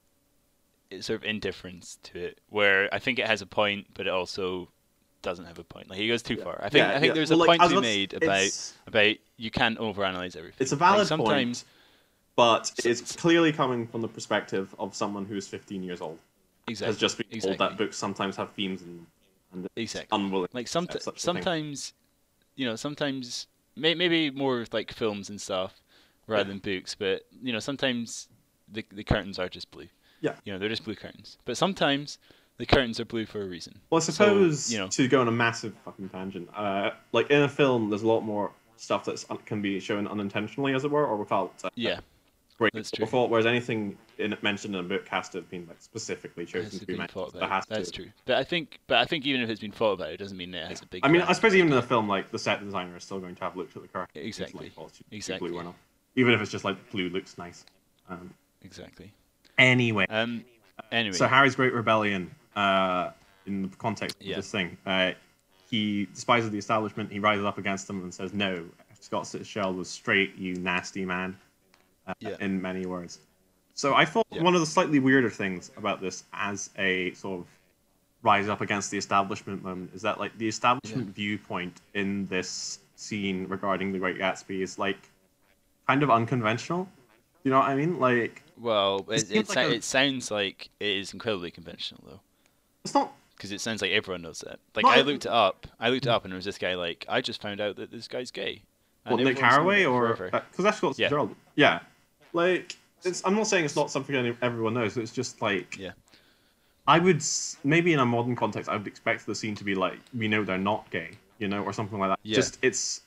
C: sort of indifference to it, where I think it has a point, but it also doesn't have a point. Like he goes too far. I think I think there's a
B: Well, like,
C: point
B: I
C: to
B: was
C: be
B: about to-
C: made about
B: it's,
C: about you can't overanalyze everything.
B: it's a
C: Like,
B: valid
C: sometimes,
B: point, but it's
C: s-
B: clearly coming from the perspective of someone who is 15 years old
C: exactly,
B: has just been told
C: exactly.
B: that books sometimes have themes in them, and it's
C: Exactly.
B: unwilling.
C: like
B: to
C: some
B: accept such a thing.
C: sometimes you know sometimes may- maybe more with like films and stuff rather
B: Yeah.
C: than books but you know sometimes the the curtains are just blue
B: Yeah.
C: You know, they're just blue curtains. But sometimes the curtains are blue for a reason.
B: Well, I suppose
C: you know.
B: to go on a massive fucking tangent, uh, like in a film, there's a lot more stuff that can be shown unintentionally, as it were, or without uh,
C: Yeah.
B: great
C: that's true.
B: thought. Whereas anything in, mentioned in a book has to have been like specifically chosen
C: Has
B: to be
C: been
B: mentioned.
C: thought
B: There
C: about.
B: has
C: it. That's
B: to.
C: true. But I think but I think even if it's been thought about it doesn't mean it has a big
B: I mean,
C: impact.
B: I suppose even in the film, like the set designer is still going to have looked at the car.
C: Exactly.
B: Like, well, it's
C: Exactly.
B: Blue or not. Even if it's just like blue looks nice. Um,
C: Exactly.
B: anyway.
C: Um anyway.
B: So Harry's Great Rebellion, uh, in the context of
C: Yeah.
B: this thing, uh, he despises the establishment. He rises up against them and says, "No, Scott Fitzgerald was straight, you nasty man." Uh,
C: Yeah.
B: In many words. So I thought
C: Yeah.
B: one of the slightly weirder things about this, as a sort of rise up against the establishment moment, is that like the establishment viewpoint in this scene regarding the Great Gatsby is like kind of unconventional. You know what I mean? Like
C: well,
B: It
C: it,
B: seems
C: it,
B: like
C: sou-
B: a-
C: it sounds like it is incredibly conventional though.
B: it's not
C: because it sounds like everyone knows that. Like
B: Well,
C: I
B: it-
C: looked it up, I looked it up, and it was this guy like, I just found out that this guy's gay. And
B: What, Nick
C: everyone's known
B: Haraway
C: that
B: or uh,
C: forever.
B: because that's Scott
C: Yeah.
B: Fitzgerald. Yeah, like it's, I'm not saying it's not something any- everyone knows. It's just like
C: Yeah.
B: I would s- maybe in a modern context, I would expect the scene to be like we know they're not gay, you know, or something like that.
C: Yeah.
B: Just it's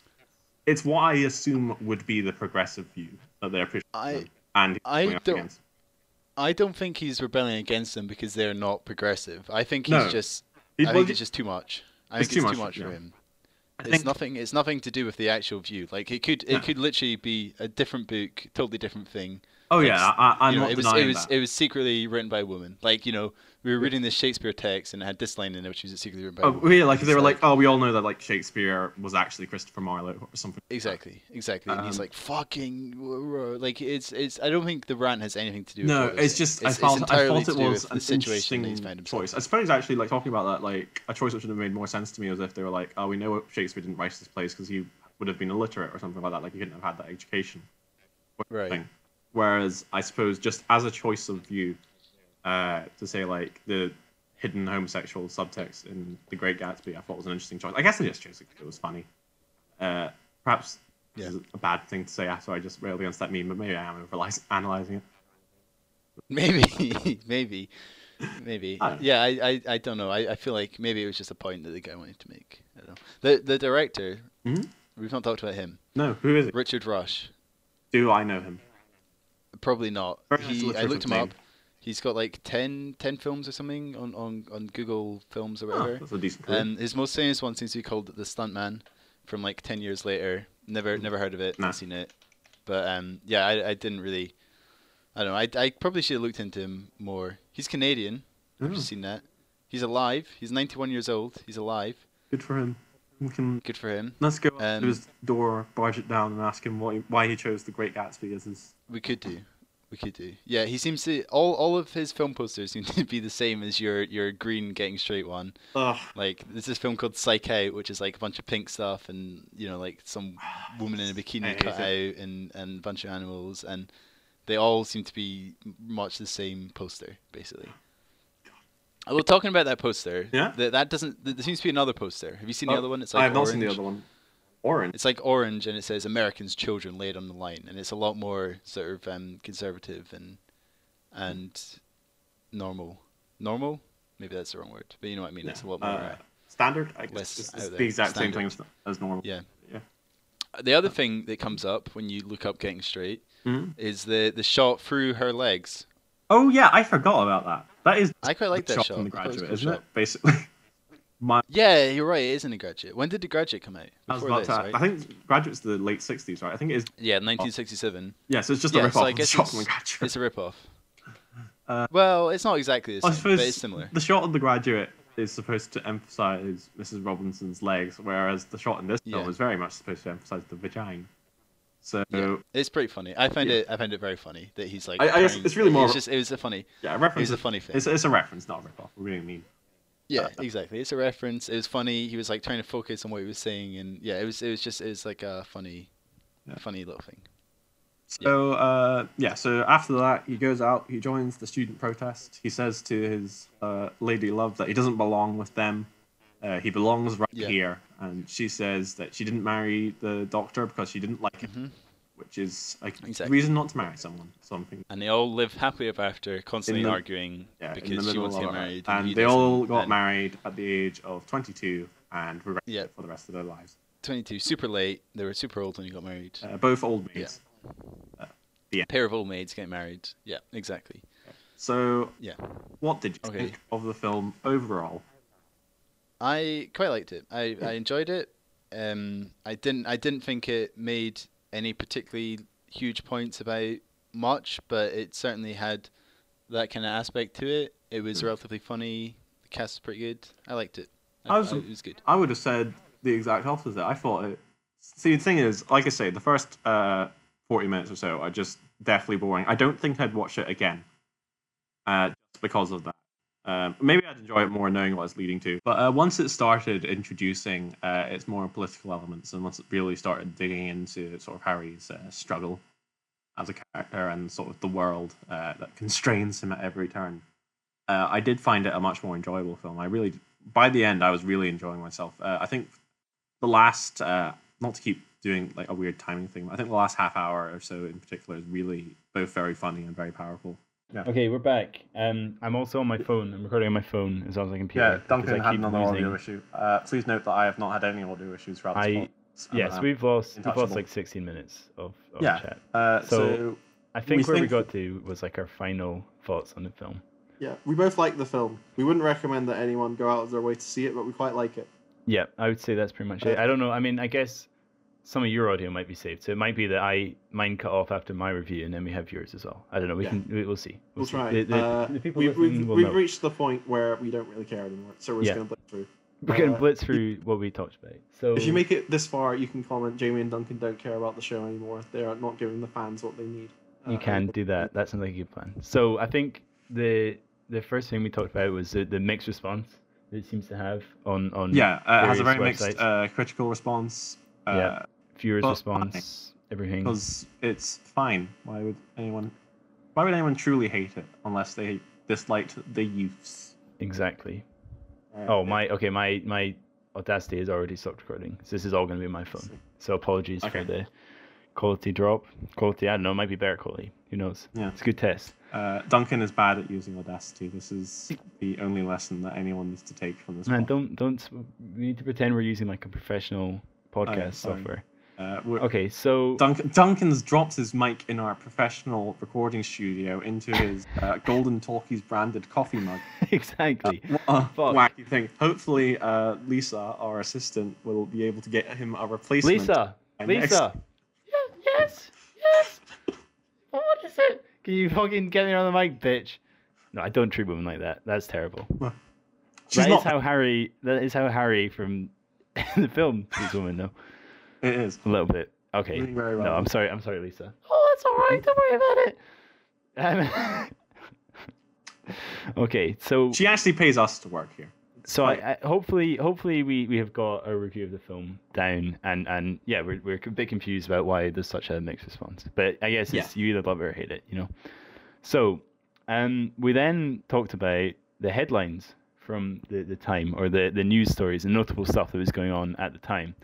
B: it's what I assume would be the progressive view that they're pushing
A: I
B: and
A: I
B: going up
A: don't-
B: against.
A: I don't think he's rebelling against them because they're not progressive. I think he's
B: No.
A: just
B: He-
A: I
B: well,
A: think it's just too much. I
B: It's
A: think it's
B: too
A: too
B: much,
A: much for
B: yeah.
A: him.
B: I
A: It's
B: think-
A: nothing. It's nothing to do with the actual view. Like it could,
B: No.
A: it could literally be a different book, totally different thing.
B: oh
A: it's-
B: yeah, I, I'm
A: you know,
B: not
A: it was,
B: denying
A: it was,
B: that.
A: It was secretly written by a woman. Like you know, we were reading this Shakespeare text and it had this line in it, which was secretly written by. a
B: Oh,
A: woman.
B: yeah, like
A: It's
B: they were like, oh, we all know that like Shakespeare was actually Christopher Marlowe or something.
A: Exactly, exactly. And he's
B: Um,
A: like, "Fucking, whoa, whoa." like it's it's. I don't think the rant has anything to do. with
B: No,
A: what they're
B: it's
A: saying.
B: just
A: It's-
B: I
A: it's
B: thought I
A: entirely
B: thought
A: to
B: it
A: do
B: was
A: with
B: an
A: the situation that he's
B: interesting
A: found himself.
B: choice. I suppose actually, like talking about that, like a choice which would have made more sense to me was if they were like, "Oh, we know Shakespeare didn't write this place because he would have been illiterate or something like that. Like he couldn't have had that education."
A: Right.
B: Thing. Whereas I suppose just as a choice of view, uh, to say like the hidden homosexual subtext in The Great Gatsby, I thought was an interesting choice. I guess I just chose it 'cause it was funny. Uh, perhaps
A: Yeah.
B: this is a bad thing to say after I just railed against that meme, but maybe I am overanalyzing analyzing it.
A: Maybe, maybe, maybe.
B: I don't know.
A: yeah, I, I, I don't know. I, I feel like maybe it was just a point that the guy wanted to make. I don't know. The the director.
B: Mhm.
A: We've not talked about him.
B: No, who is it?
A: Richard Rush.
B: Do I know him?
A: Probably not.
B: Very nice
A: He, I
B: alliterative
A: looked him
B: name.
A: up. He's got like 10, 10 films or something on, on, on Google Films or
B: Oh,
A: whatever.
B: that's a decent career.
A: Um, his most famous one seems to be called The Stuntman from like 10 years later. Never never heard of it,
B: Nah.
A: not seen it. But um, yeah, I, I didn't really. I don't know. I, I probably should have looked into him more. He's Canadian. I've
B: Oh,
A: just seen that. He's alive. He's 91 years old. He's alive.
B: good for him. We can
A: Good for him.
B: let's go up
A: Um,
B: to his door, barge it down, and ask him why why he chose The Great Gatsby as his.
A: We could do. We could do. Yeah, he seems to. All, all of his film posters seem to be the same as your, your green getting straight one.
B: Ugh.
A: Like there's this film called Psych Out, which is like a bunch of pink stuff and you know like some woman in a
B: I
A: bikini
B: hate
A: cut out and and a bunch of animals and they all seem to be m- much the same poster basically. Although talking about that poster,
B: Yeah?
A: that that doesn't. th- There seems to be another poster. Have you seen
B: Oh,
A: the other one? It's like
B: I have
A: orange.
B: not seen the other one. Orange.
A: It's like orange and it says Americans' children laid on the line, and it's a lot more sort of um, conservative and and normal. Normal? Maybe that's the wrong word, but you know what I mean.
B: Yeah.
A: It's a lot more.
B: Uh,
A: uh,
B: standard. I guess
A: less
B: it's,
A: out
B: it's
A: oh, there.
B: the exact same
A: Standard.
B: thing as, as normal.
A: Yeah.
B: Yeah.
A: The other thing that comes up when you look up getting straight
B: Mhm.
A: is the the shot through her legs.
B: Oh yeah, I forgot about that. That is.
A: I quite like
B: the
A: that
B: shot
A: shot.
B: from the
A: I thought it was a
B: graduate,
A: cool
B: isn't it?
A: shot.
B: Basically, my.
A: Yeah, you're right. It is in the graduate. When did the graduate come out?
B: I was
A: Before
B: about
A: this,
B: to. Oh.
A: right?
B: I think graduate's the late '60s, right? I think it is.
A: yeah, 1967.
B: Yeah, so it's just a
A: Yeah,
B: rip
A: so
B: off
A: I
B: of the
A: guess
B: shot
A: it's,
B: from the graduate.
A: it's a rip off.
B: Uh,
A: well, it's not exactly the
B: I
A: same,
B: suppose
A: but it's similar.
B: The shot of the graduate is supposed to emphasize Mrs. Robinson's legs, whereas the shot in this film
A: Yeah.
B: is very much supposed to emphasize the vagina. So yeah,
A: Yeah, it's pretty funny. I found
B: Yeah.
A: it. I found it very funny that he's like.
B: I- I guess
A: trying-
B: it's really more
A: It's
B: of a-
A: just. It was a funny.
B: a
A: It was
B: reference.
A: a funny thing.
B: It's, it's a uh, reference, not a ripoff. We really mean.
A: Yeah, exactly. It's a reference. It was funny. He was like trying to focus on what he was saying, and yeah, it was. It was just. It was like a funny,
B: Yeah.
A: funny little thing.
B: So uh, yeah, so after that, he goes out. He joins the student protest. He says to his uh, lady love that he doesn't belong with them. Uh, he belongs right
A: Yeah.
B: here, and she says that she didn't marry the doctor because she didn't like him,
A: Mhm.
B: which is like
A: Exactly.
B: reason not to marry someone. Something.
C: and they all live happily ever after, constantly
B: the-
C: arguing
B: Yeah, in the
C: because she
B: middle
C: wants to
B: of
C: get
B: all that.
C: married,
B: and
C: he
B: they all
C: doesn't,
B: got
C: and-
B: married at the age of 22 and were
A: Yeah.
B: yeah. for the rest of their lives.
A: 22, super late. They were super old when you got married.
B: Uh, both old maids.
A: pair of old maids getting married. Yeah, exactly.
B: So,
A: Yeah.
B: what did you
A: Okay.
B: think of the film overall?
A: I quite liked it. I, I enjoyed it. Um, I didn't I didn't think it made any particularly huge points about much, but it certainly had that kind of aspect to it. It was
B: Hmm.
A: relatively funny. The cast was pretty good. I liked it. I,
B: I
A: I
B: was-
A: it was good.
B: I would have said the exact opposite. I thought it. See, the thing is, like I say, the first uh, 40 minutes or so are just deathly boring. I don't think I'd watch it again uh, just because of that. Um, maybe I'd enjoy it more knowing what it's leading to. But uh, once it started introducing uh, its more political elements and once it really started digging into sort of Harry's uh, struggle as a character and sort of the world uh, that constrains him at every turn, uh, I did find it a much more enjoyable film. I really, by the end, I was really enjoying myself. Uh, I think the last, uh, not to keep doing like a weird timing thing, but I think the last half hour or so in particular is really both very funny and very powerful.
D: Okay, we're back. Um, I'm also on my phone. I'm recording on my phone as well as I can.
B: issue. Uh, please note that I have not had any audio issues throughout
D: this I- podcast. Yes, we've lost. We've lost
B: Untouchable.
D: like 16 minutes of, of
B: Yeah.
D: chat.
B: Uh,
D: so- so I think where we
B: think-
D: got to was like our final thoughts on the film.
E: Yeah, we both like the film. We wouldn't recommend that anyone go out of their way to see it, but we quite like it.
D: Yeah, I would say that's pretty much it. I don't know. I mean, I guess some of your audio might be saved, so it might be that I mine cut off after my review, and then we have yours as well. I don't know. We
E: Yeah.
D: can. We, we'll see.
E: We'll,
D: see.
E: try.
D: The, the-
E: uh,
D: the people
E: we've
D: listening
E: we've,
D: will
E: we've
D: know.
E: reached the point where we don't really care anymore, so we're just
D: Yeah.
E: going to blip through.
D: We're gonna
E: uh,
D: blitz through what we talked about. So
E: If you make it this far, you can comment Jamie and Duncan don't care about the show anymore. They are not giving the fans what they need.
D: You
E: Uh,
D: can do that. That sounds like a good plan. So I think the the first thing we talked about was the, the mixed response that it seems to have on on
B: yeah, uh, it has a
D: various
B: very mixed
D: websites.
B: uh, critical response.
D: Yeah.
B: Uh,
D: viewers'
B: Well,
D: response, everything.
B: because it's fine. Why would anyone? Why would anyone truly hate it unless they disliked the youths?
D: Exactly.
E: uh,
D: Oh my. Okay, my my Audacity has already stopped recording. So this is all going to be my phone. So apologies
B: Okay.
D: for the quality drop. Quality, I don't know. It might be better quality. Who knows?
B: Yeah.
D: It's a good test.
B: Uh, Duncan is bad at using Audacity. This is the only lesson that anyone needs to take from this.
D: Man,
B: one.
D: don't don't. s- We need to pretend we're using like a professional podcast
B: sorry.
D: software.
B: Uh, we're-
D: Okay, so
B: Duncan, Duncan's dropped his mic in our professional recording studio into his uh, Golden Talkies branded coffee mug.
D: exactly.
B: What a
D: Fuck.
B: wacky thing! Hopefully, uh, Lisa, our assistant, will be able to get him a replacement.
D: Lisa,
B: My next-
D: Lisa. Yes, yes. What is it? Can you fucking get me on the mic, bitch? No, I don't treat women like that. That's terrible.
B: she's
D: That is
B: not.
D: how Harry. That is how Harry from the film treats women, though.
B: It is.
D: A little bit. Okay.
E: Doing very
D: No,
E: well.
D: I'm sorry. I'm sorry, Lisa. Oh, that's all right. Don't worry about it. Um, okay, so
B: She actually pays us to work here.
D: so I, I, hopefully, hopefully we, we have got a review of the film down, and, and yeah, we're we're a bit confused about why there's such a mixed response. But I guess it's you either love it or hate it, you know. So, um, we then talked about the headlines from the, the time or the the news stories and notable stuff that was going on at the time.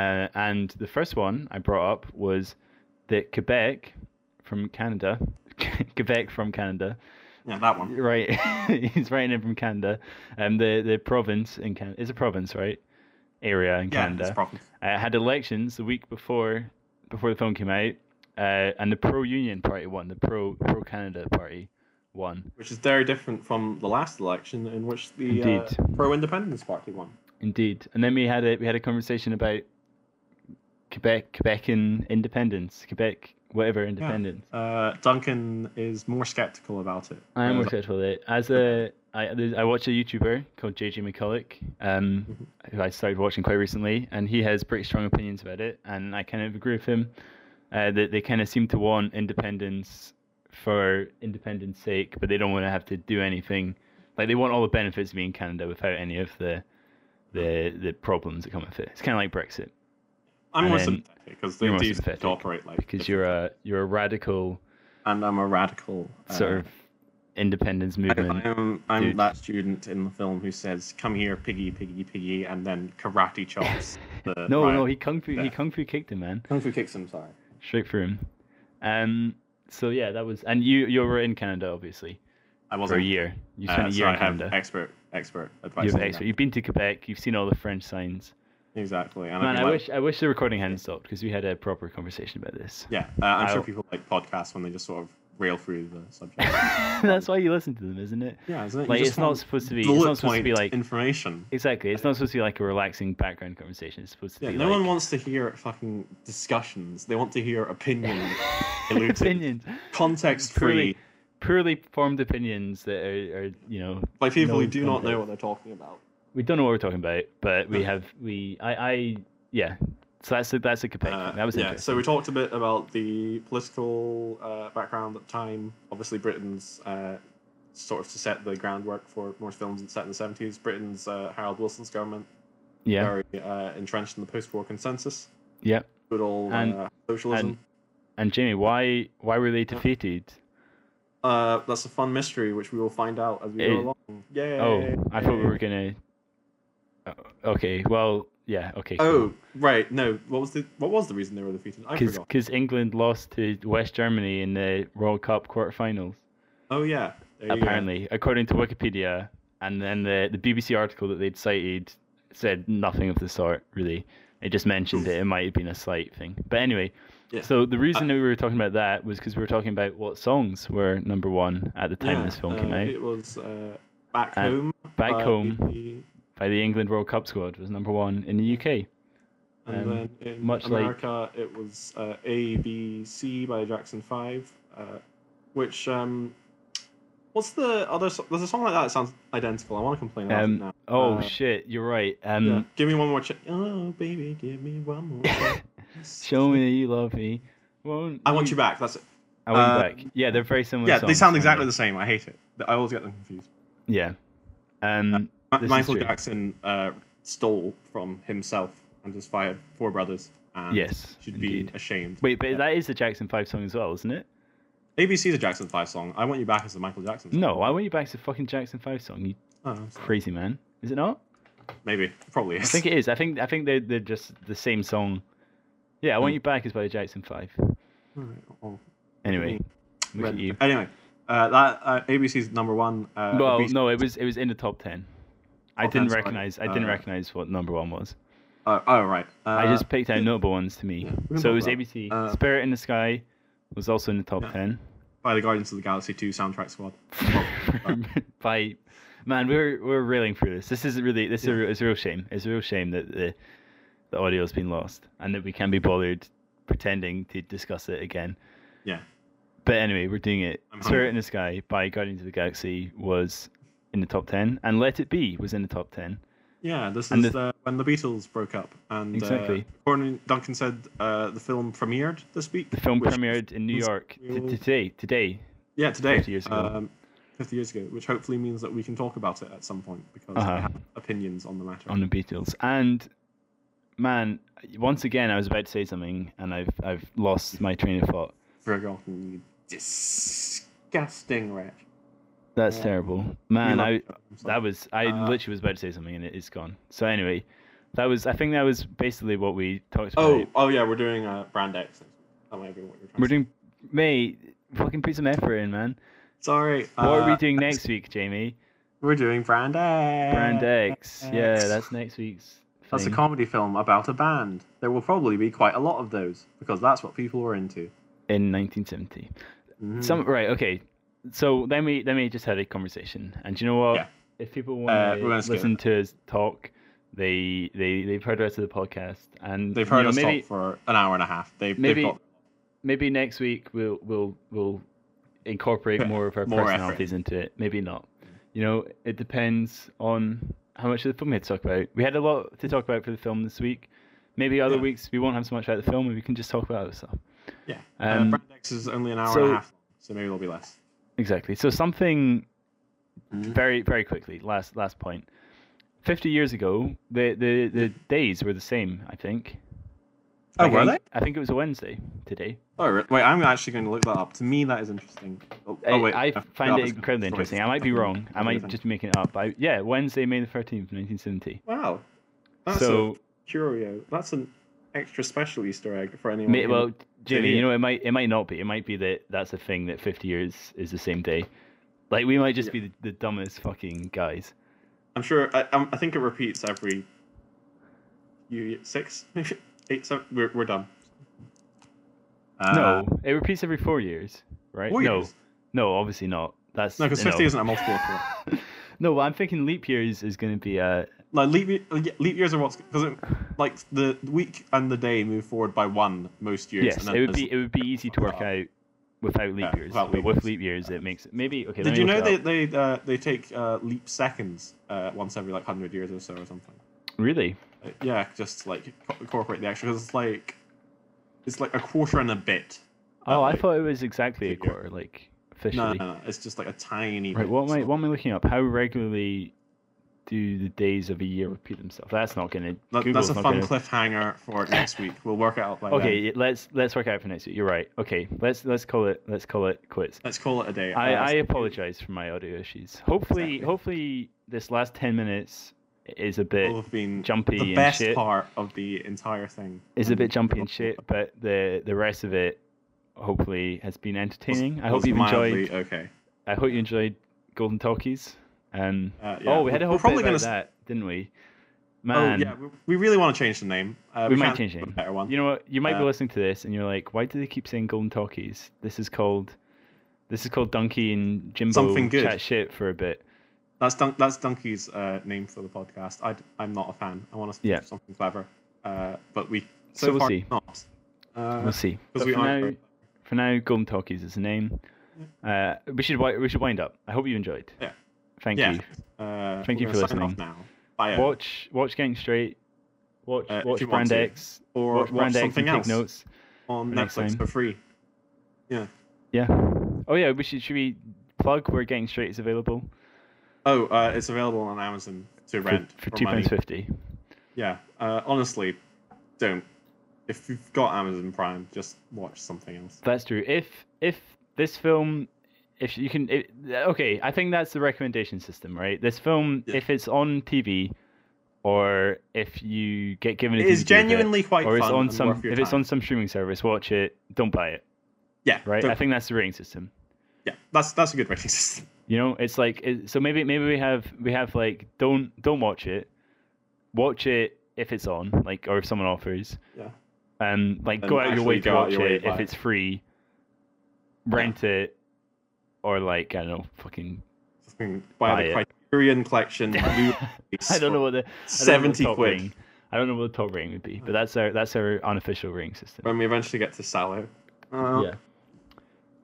D: Uh, and the first one I brought up was that Quebec from Canada, Quebec from Canada,
B: Yeah, that one.
D: Right, he's writing in from Canada, um, the the province in Canada is a province, right? Area in
B: Yeah,
D: Canada
B: it's proper.
D: uh, had elections the week before before the film came out, uh, and the pro union party won. The pro pro Canada party won.
B: Which is very different from the last election in which the uh,
D: Indeed.
B: pro independence party won.
D: Indeed. And then we had a we had a conversation about Quebec Quebecan independence, Quebec whatever independence.
B: Uh, Duncan is more skeptical about it.
D: I am
B: Uh,
D: more skeptical of it. As a, I, there's- I watch a YouTuber called JJ McCulloch, um, who I started watching quite recently, and he has pretty strong opinions about it, and I kind of agree with him. Uh, that they kind of seem to want independence for independence sake, but they don't want to have to do anything. Like they want all the benefits of being in Canada without any of the, the the problems that come with it. It's kind of like Brexit
B: I'm more
D: and
B: sympathetic because they
D: you're more
B: do seem
D: sympathetic
B: to operate like.
D: because you're a you're a radical
B: and I'm a radical. Uh,
D: sort of independence
B: I,
D: movement.
B: I'm, I'm
D: dude.
B: that student in the film who says, "Come here, piggy, piggy, piggy," and then karate chops. The
D: No,
B: riot.
D: no, he kung fu
B: Yeah.
D: he kung fu kicked him, man.
B: kung fu kicks him. Sorry.
D: straight through him. Um, so yeah, that was, and you you were in Canada obviously
B: I
D: for a
B: wasn't.
D: year. You
B: uh,
D: spent a
B: so
D: year
B: I
D: in
B: have
D: Canada.
B: expert expert advice.
D: You've,
B: on that.
D: ex- you've been to Quebec. You've seen all the French signs.
B: Exactly. And
D: Man,
B: I'd be
D: I
B: like-
D: wish I wish the recording hadn't stopped because we had a proper conversation about this.
B: Yeah, uh, I'm sure
D: I'll-
B: people like podcasts when they just sort of rail through the subject.
D: That's why you listen to them, isn't it?
B: yeah, isn't it? You
D: Like
B: just
D: it's not
B: want
D: supposed to be. It's
B: bullet
D: not supposed to
B: point
D: be like
B: information.
D: exactly. It's not supposed to be like a relaxing background conversation. It's supposed to
B: Yeah,
D: be
B: no
D: like
B: one wants to hear fucking discussions. They want to hear opinion,
D: opinions,
B: context
D: Poorly-
B: free
D: poorly formed opinions that are, are you know
B: by people who
D: No
B: do
E: don't
B: not
E: know
B: know.
E: what they're talking about.
D: we don't know what we're talking about, but we have we I I yeah. So that's a, that's a Quebec.
B: Uh,
D: thing. That was
B: yeah.
D: interesting.
B: So we talked a bit about the political uh, background at the time. Obviously, Britain's uh, sort of to set the groundwork for more films set in the seventies. Britain's uh, Harold Wilson's government
D: yeah,
B: very uh, entrenched in the post-war consensus.
D: yeah.
B: Good old
D: And-
B: uh, socialism.
D: and- And Jamie, why why were they defeated?
B: Uh, that's a fun mystery which we will find out as we
D: It-
B: go along. Yay!
D: Oh, I thought we were gonna. Oh, Okay, well, yeah, okay.
B: Oh, right. No, what was the what was the reason they were defeated? I forgot.
D: because England lost to West Germany in the World Cup quarterfinals,
B: Oh yeah. There you go.
D: apparently, according to Wikipedia, and then the the BBC article that they'd cited said nothing of the sort. Really, it just mentioned it. It might have been a slight thing, but anyway.
B: Yeah. Uh,
D: So the reason that we were talking about that was because we were talking about what songs were number one at the time
B: Yeah,
D: this film
B: uh,
D: came out.
B: It was uh, back
D: And
B: home. uh,
D: Back
B: by
D: Home
B: the-
D: by the England World Cup squad was number one in the UK.
B: And
D: Um,
B: then in
D: much like-
B: America, it was uh, A B C by Jackson Five, uh, which um, what's the other? So- There's a song like that that sounds identical. I want to complain about it
D: Um,
B: now.
D: Oh
B: Uh,
D: shit, you're right. Um,
B: yeah. Give me one more. Ch- oh baby, give me one more. chance.
D: Show me that you love me. Won't
B: I want you back. That's it.
D: I want
B: uh,
D: you back. Yeah, they're very similar.
B: Yeah, they
D: songs,
B: sound
D: aren't
B: exactly the same. I hate it. I always get them confused.
D: Yeah. Um,
B: Ma-
D: This is
B: Michael
D: true.
B: Jackson uh, stole from himself and just fired four brothers. And
D: Yes,
B: should
D: indeed.
B: be ashamed.
D: wait, but that is the Jackson Five song as well, isn't it?
B: ABC is a Jackson Five song. I want you back as a Michael Jackson. Song.
D: No, I want you back to fucking Jackson Five song. You
B: Oh, I'm sorry.
D: crazy man, is it not?
B: maybe It probably is.
D: I think it is. I think I think they're they're just the same song. Yeah, I want you back is by the Jackson Five.
B: Alright, well,
D: Anyway,
B: Mm.
D: look at
B: red-
D: you.
B: Anyway, uh, that uh, ABC's number one. Uh,
D: Well,
B: obese-
D: no, it was it was in the top ten. I
B: Top
D: didn't
B: 10, sorry.
D: recognize. I didn't
B: Uh,
D: recognize what number one was.
B: Oh, oh, right. Uh,
D: I just picked out notable ones to me.
B: yeah, we can
D: so it
B: talk
D: was
B: about-
D: ABC.
B: uh,
D: Spirit in the Sky was also in the top
B: Yeah.
D: ten.
B: by the Guardians of the Galaxy Two soundtrack squad.
D: By man, we're we're railing through this. This is really this is a, real- it's a real shame. It's a real shame that the the audio has been lost and that we can't be bothered pretending to discuss it again.
B: Yeah.
D: But anyway, we're doing it.
B: I'm
D: Spirit
B: hungry.
D: in the Sky by Guardians of the Galaxy was in the top ten, and Let It Be was in the top ten.
B: Yeah, this
D: And
B: is
D: the-
B: uh, when the Beatles broke up, and
D: Exactly.
B: Uh, according Duncan said, uh, the film premiered this week.
D: The film
B: which-
D: premiered in New
B: was
D: York t-
B: real-
D: today. Today,
B: Yeah, today.
D: 50 years ago.
B: Um, 50 years ago, which hopefully means that we can talk about it at some point because
D: Uh-huh.
B: I have opinions on the matter.
D: on the Beatles. And man, once again, I was about to say something, and I've I've lost my train of thought.
B: Forgotten, you disgusting wretch.
D: That's
B: Yeah.
D: terrible, man.
B: You love-
D: I
B: I'm sorry.
D: that was I
B: Uh,
D: literally was about to say something, and it is gone. So anyway, that was I think that was basically what we talked about.
B: Oh, oh yeah, we're doing uh, Brand X. next week. That might be what you're trying
D: we're
B: to
D: doing mate. Fucking put some effort in, man.
B: say. Sorry.
D: What are we
B: uh,
D: doing next week, Jamie?
B: We're doing Brand X.
D: Brand X. Yeah,
B: X.
D: that's next week's.
B: That's a
D: thing.
B: comedy film about a band. There will probably be quite a lot of those because that's what people are into.
D: in 1970.
B: Mhm.
D: Some right, okay. So then we then we just had a conversation, and do you know what?
B: Yeah.
D: If people
B: Uh,
D: want
B: we're
D: to
B: gonna skip
D: listen to us talk, they they they've heard the rest of the podcast, and
B: They've
D: you
B: heard
D: know,
B: us
D: maybe
B: talk for an hour and a half. They've,
D: maybe-
B: they've got
D: maybe next week we'll we'll we'll incorporate
B: Yeah,
D: more of our
B: more effort.
D: personalities into it. Maybe not. You know, it depends on how much of the film we had to talk about. We had a lot to talk about for the film this week. Maybe other
B: Yeah.
D: weeks we won't have so much about the film, and we can just talk about other stuff.
B: Yeah.
D: Um,
B: uh, Brand X is only an hour
D: so-
B: and a half long, so maybe there'll be less.
D: Exactly. So something
B: Mhm.
D: very very quickly. Last last point. Fifty years ago, the the, the days were the same. I think.
B: Oh,
D: Like,
B: were
D: I,
B: they?
D: I think it was a Wednesday today.
B: Oh, re- wait, I'm actually going to look that up. To me, that is interesting. Oh, oh, wait.
D: I, I
B: no,
D: find
B: no,
D: it
B: it's-
D: incredibly
B: it's
D: interesting.
B: racist.
D: I might be wrong. I might
B: Amazing.
D: just be making it up. I, yeah, Wednesday, May the thirteenth, nineteen seventy.
B: Wow. That's
D: so,
B: a curio. That's an extra special Easter egg for anyone.
D: may,
B: who-
D: well, Jimmy, you know, it might it might not be. It might be that that's a thing that 50 years is the same day. Like we might just be the, the dumbest fucking guys.
B: I'm sure. I, I'm- I think it repeats every. You six, maybe eight, seven. We're we're done. Uh,
D: no, it repeats every four years, right?
B: four
D: no,
B: years.
D: no, obviously not. That's
B: No, because
D: no.
B: fifty isn't a multiple of four.
D: No, but I'm thinking leap years is going to be a
B: Like leap, ye- uh, yeah, leap years are what's because like the week and the day move forward by one most years.
D: yes.
B: and then
D: It would
B: there's-
D: be it would be easy to work out without leap
B: Yeah,
D: years.
B: without
D: but
B: leap
D: with
B: years.
D: leap years, it makes it maybe okay.
B: Did
D: let me
B: you
D: look
B: know
D: it
B: they
D: up.
B: they uh, they take uh, leap seconds uh, once every like hundred years or so or something?
D: really?
B: Uh, yeah, just like co- incorporate the extra because it's like it's like a quarter and a bit.
D: Oh, I
B: like,
D: thought it was exactly a
B: leap year.
D: quarter, like
B: No,
D: officially.
B: Um, no, no, it's just like a tiny.
D: Right.
B: bit.
D: What am I what am I looking up? How regularly do the days of a year repeat themselves? That's not going to.
B: That- that's a
D: not
B: fun
D: gonna,
B: cliffhanger for next week. We'll work it out by
D: Okay,
B: then.
D: y- let's let's work out for next week. You're right. Okay, let's let's call it let's call it quits.
B: Let's call it a day.
D: I,
B: Uh,
D: I apologize for my audio issues. Hopefully,
B: Exactly.
D: hopefully this last ten minutes is a bit
B: all have been
D: jumpy
B: the
D: and
B: best
D: shit.
B: part of the entire thing.
D: is a bit
B: And-
D: jumpy and shit, but the the rest of it hopefully has been entertaining. I hope
B: was
D: you've
B: mildly
D: enjoyed.
B: Okay.
D: I hope you enjoyed Golden Talkies. Um,
B: Uh, yeah.
D: Oh, we had a
B: We're
D: whole bit
B: probably
D: about
B: gonna s-
D: that, didn't we?
B: Oh
D: Man,
B: yeah, we, we really want to change the name. Uh,
D: we, might
B: can't
D: change
B: think
D: it.
B: of A better one.
D: You know what? You might be
B: Uh,
D: listening to this and you're like, why do they keep saying Golden Talkies? This is called. This is called Donkey and Jimbo
B: Something good.
D: chat shit for a bit.
B: That's Dun- that's Donkey's uh, name for the podcast. I am not a fan. I want to
D: Yeah.
B: something clever. Uh, but we so,
D: So we'll
B: far
D: see.
B: not. Uh,
D: We'll see.
B: because
D: But
B: we
D: for
B: aren't
D: now,
B: very-
D: for now, Golden Talkies is the name. Uh, we should wi- we should wind up. I hope you enjoyed.
B: Yeah.
D: Thank
B: yeah.
D: you.
B: Uh,
D: Thank
B: we're
D: you
B: gonna
D: for
B: sign off
D: listening.
B: Now. Bye. uh,
D: Watch watch Gang Straight. Watch
B: Uh, if
D: watch
B: you want
D: Brand
B: to.
D: X.
B: Or watch
D: Brand X
B: something
D: and
B: else.
D: take notes.
B: On
D: next
B: Netflix
D: time.
B: for free.
D: Yeah. Oh yeah, we should should we plug where Gang Straight is available
B: Oh, uh, it's available on Amazon to
D: for,
B: rent for
D: for two
B: money.
D: pounds fifty.
B: Yeah. Uh, honestly, don't. If you've got Amazon Prime, just watch something else.
D: That's true. If if this film, if you can, it, okay, I think that's the recommendation system, right? This film,
B: Yeah.
D: if it's on TV, or if you get given a
B: It is
D: DVD of it,
B: genuinely quite
D: or it's
B: fun
D: on
B: and
D: some
B: worth your
D: if it's
B: time.
D: on some streaming service, watch it. Don't buy it,
B: Yeah.
D: right?
B: don't-
D: I think that's the rating system.
B: yeah. That's that's a good rating system.
D: You know, it's like it, so maybe maybe we have we have like don't don't watch it, watch it if it's on like or if someone offers.
B: Yeah.
D: Um, like
B: And
D: go out of your way
B: actually
D: to
B: go out
D: watch
B: your way
D: it
B: to buy
D: if
B: it.
D: it's free. Rent it, or like I don't know, fucking
B: Fucking Buy
D: Buy
B: the
D: it.
B: Criterion Collection.
D: I don't know what the I don't know what the
B: 70
D: top
B: quid.
D: Ring, I don't know what the top ring would be, but that's our that's our unofficial ring system.
B: when we eventually get to Sallow. Uh,
D: Yeah.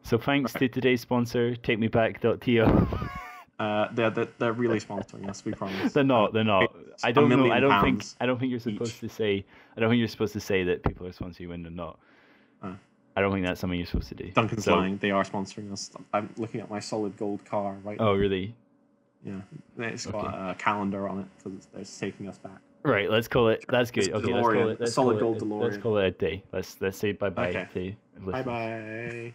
D: So thanks to today's sponsor, TakeMeBack.to.
B: uh, they're, they're, they're really sponsoring us, we promise.
D: They're not. They're not.
B: It's
D: I
B: a
D: don't know. I
B: million
D: don't think.
B: pounds
D: I don't think you're supposed to say. I don't think you're supposed to say that people are sponsoring you when they're not.
B: Uh.
D: I don't think that's something you're supposed to do.
B: Duncan's
D: So-
B: lying. They are sponsoring us. I'm looking at my solid gold car right
D: Oh really?
B: Yeah. It's got
D: Okay.
B: a calendar on it because they're taking us back.
D: Right. Let's call it. That's good.
B: It's
D: Okay. Let's call
B: DeLorean.
D: it. Let's
B: Solid
D: call it,
B: gold
D: Let's
B: DeLorean.
D: call it a day. Let's let's say bye bye
B: Okay.
D: to listeners.
B: Bye bye.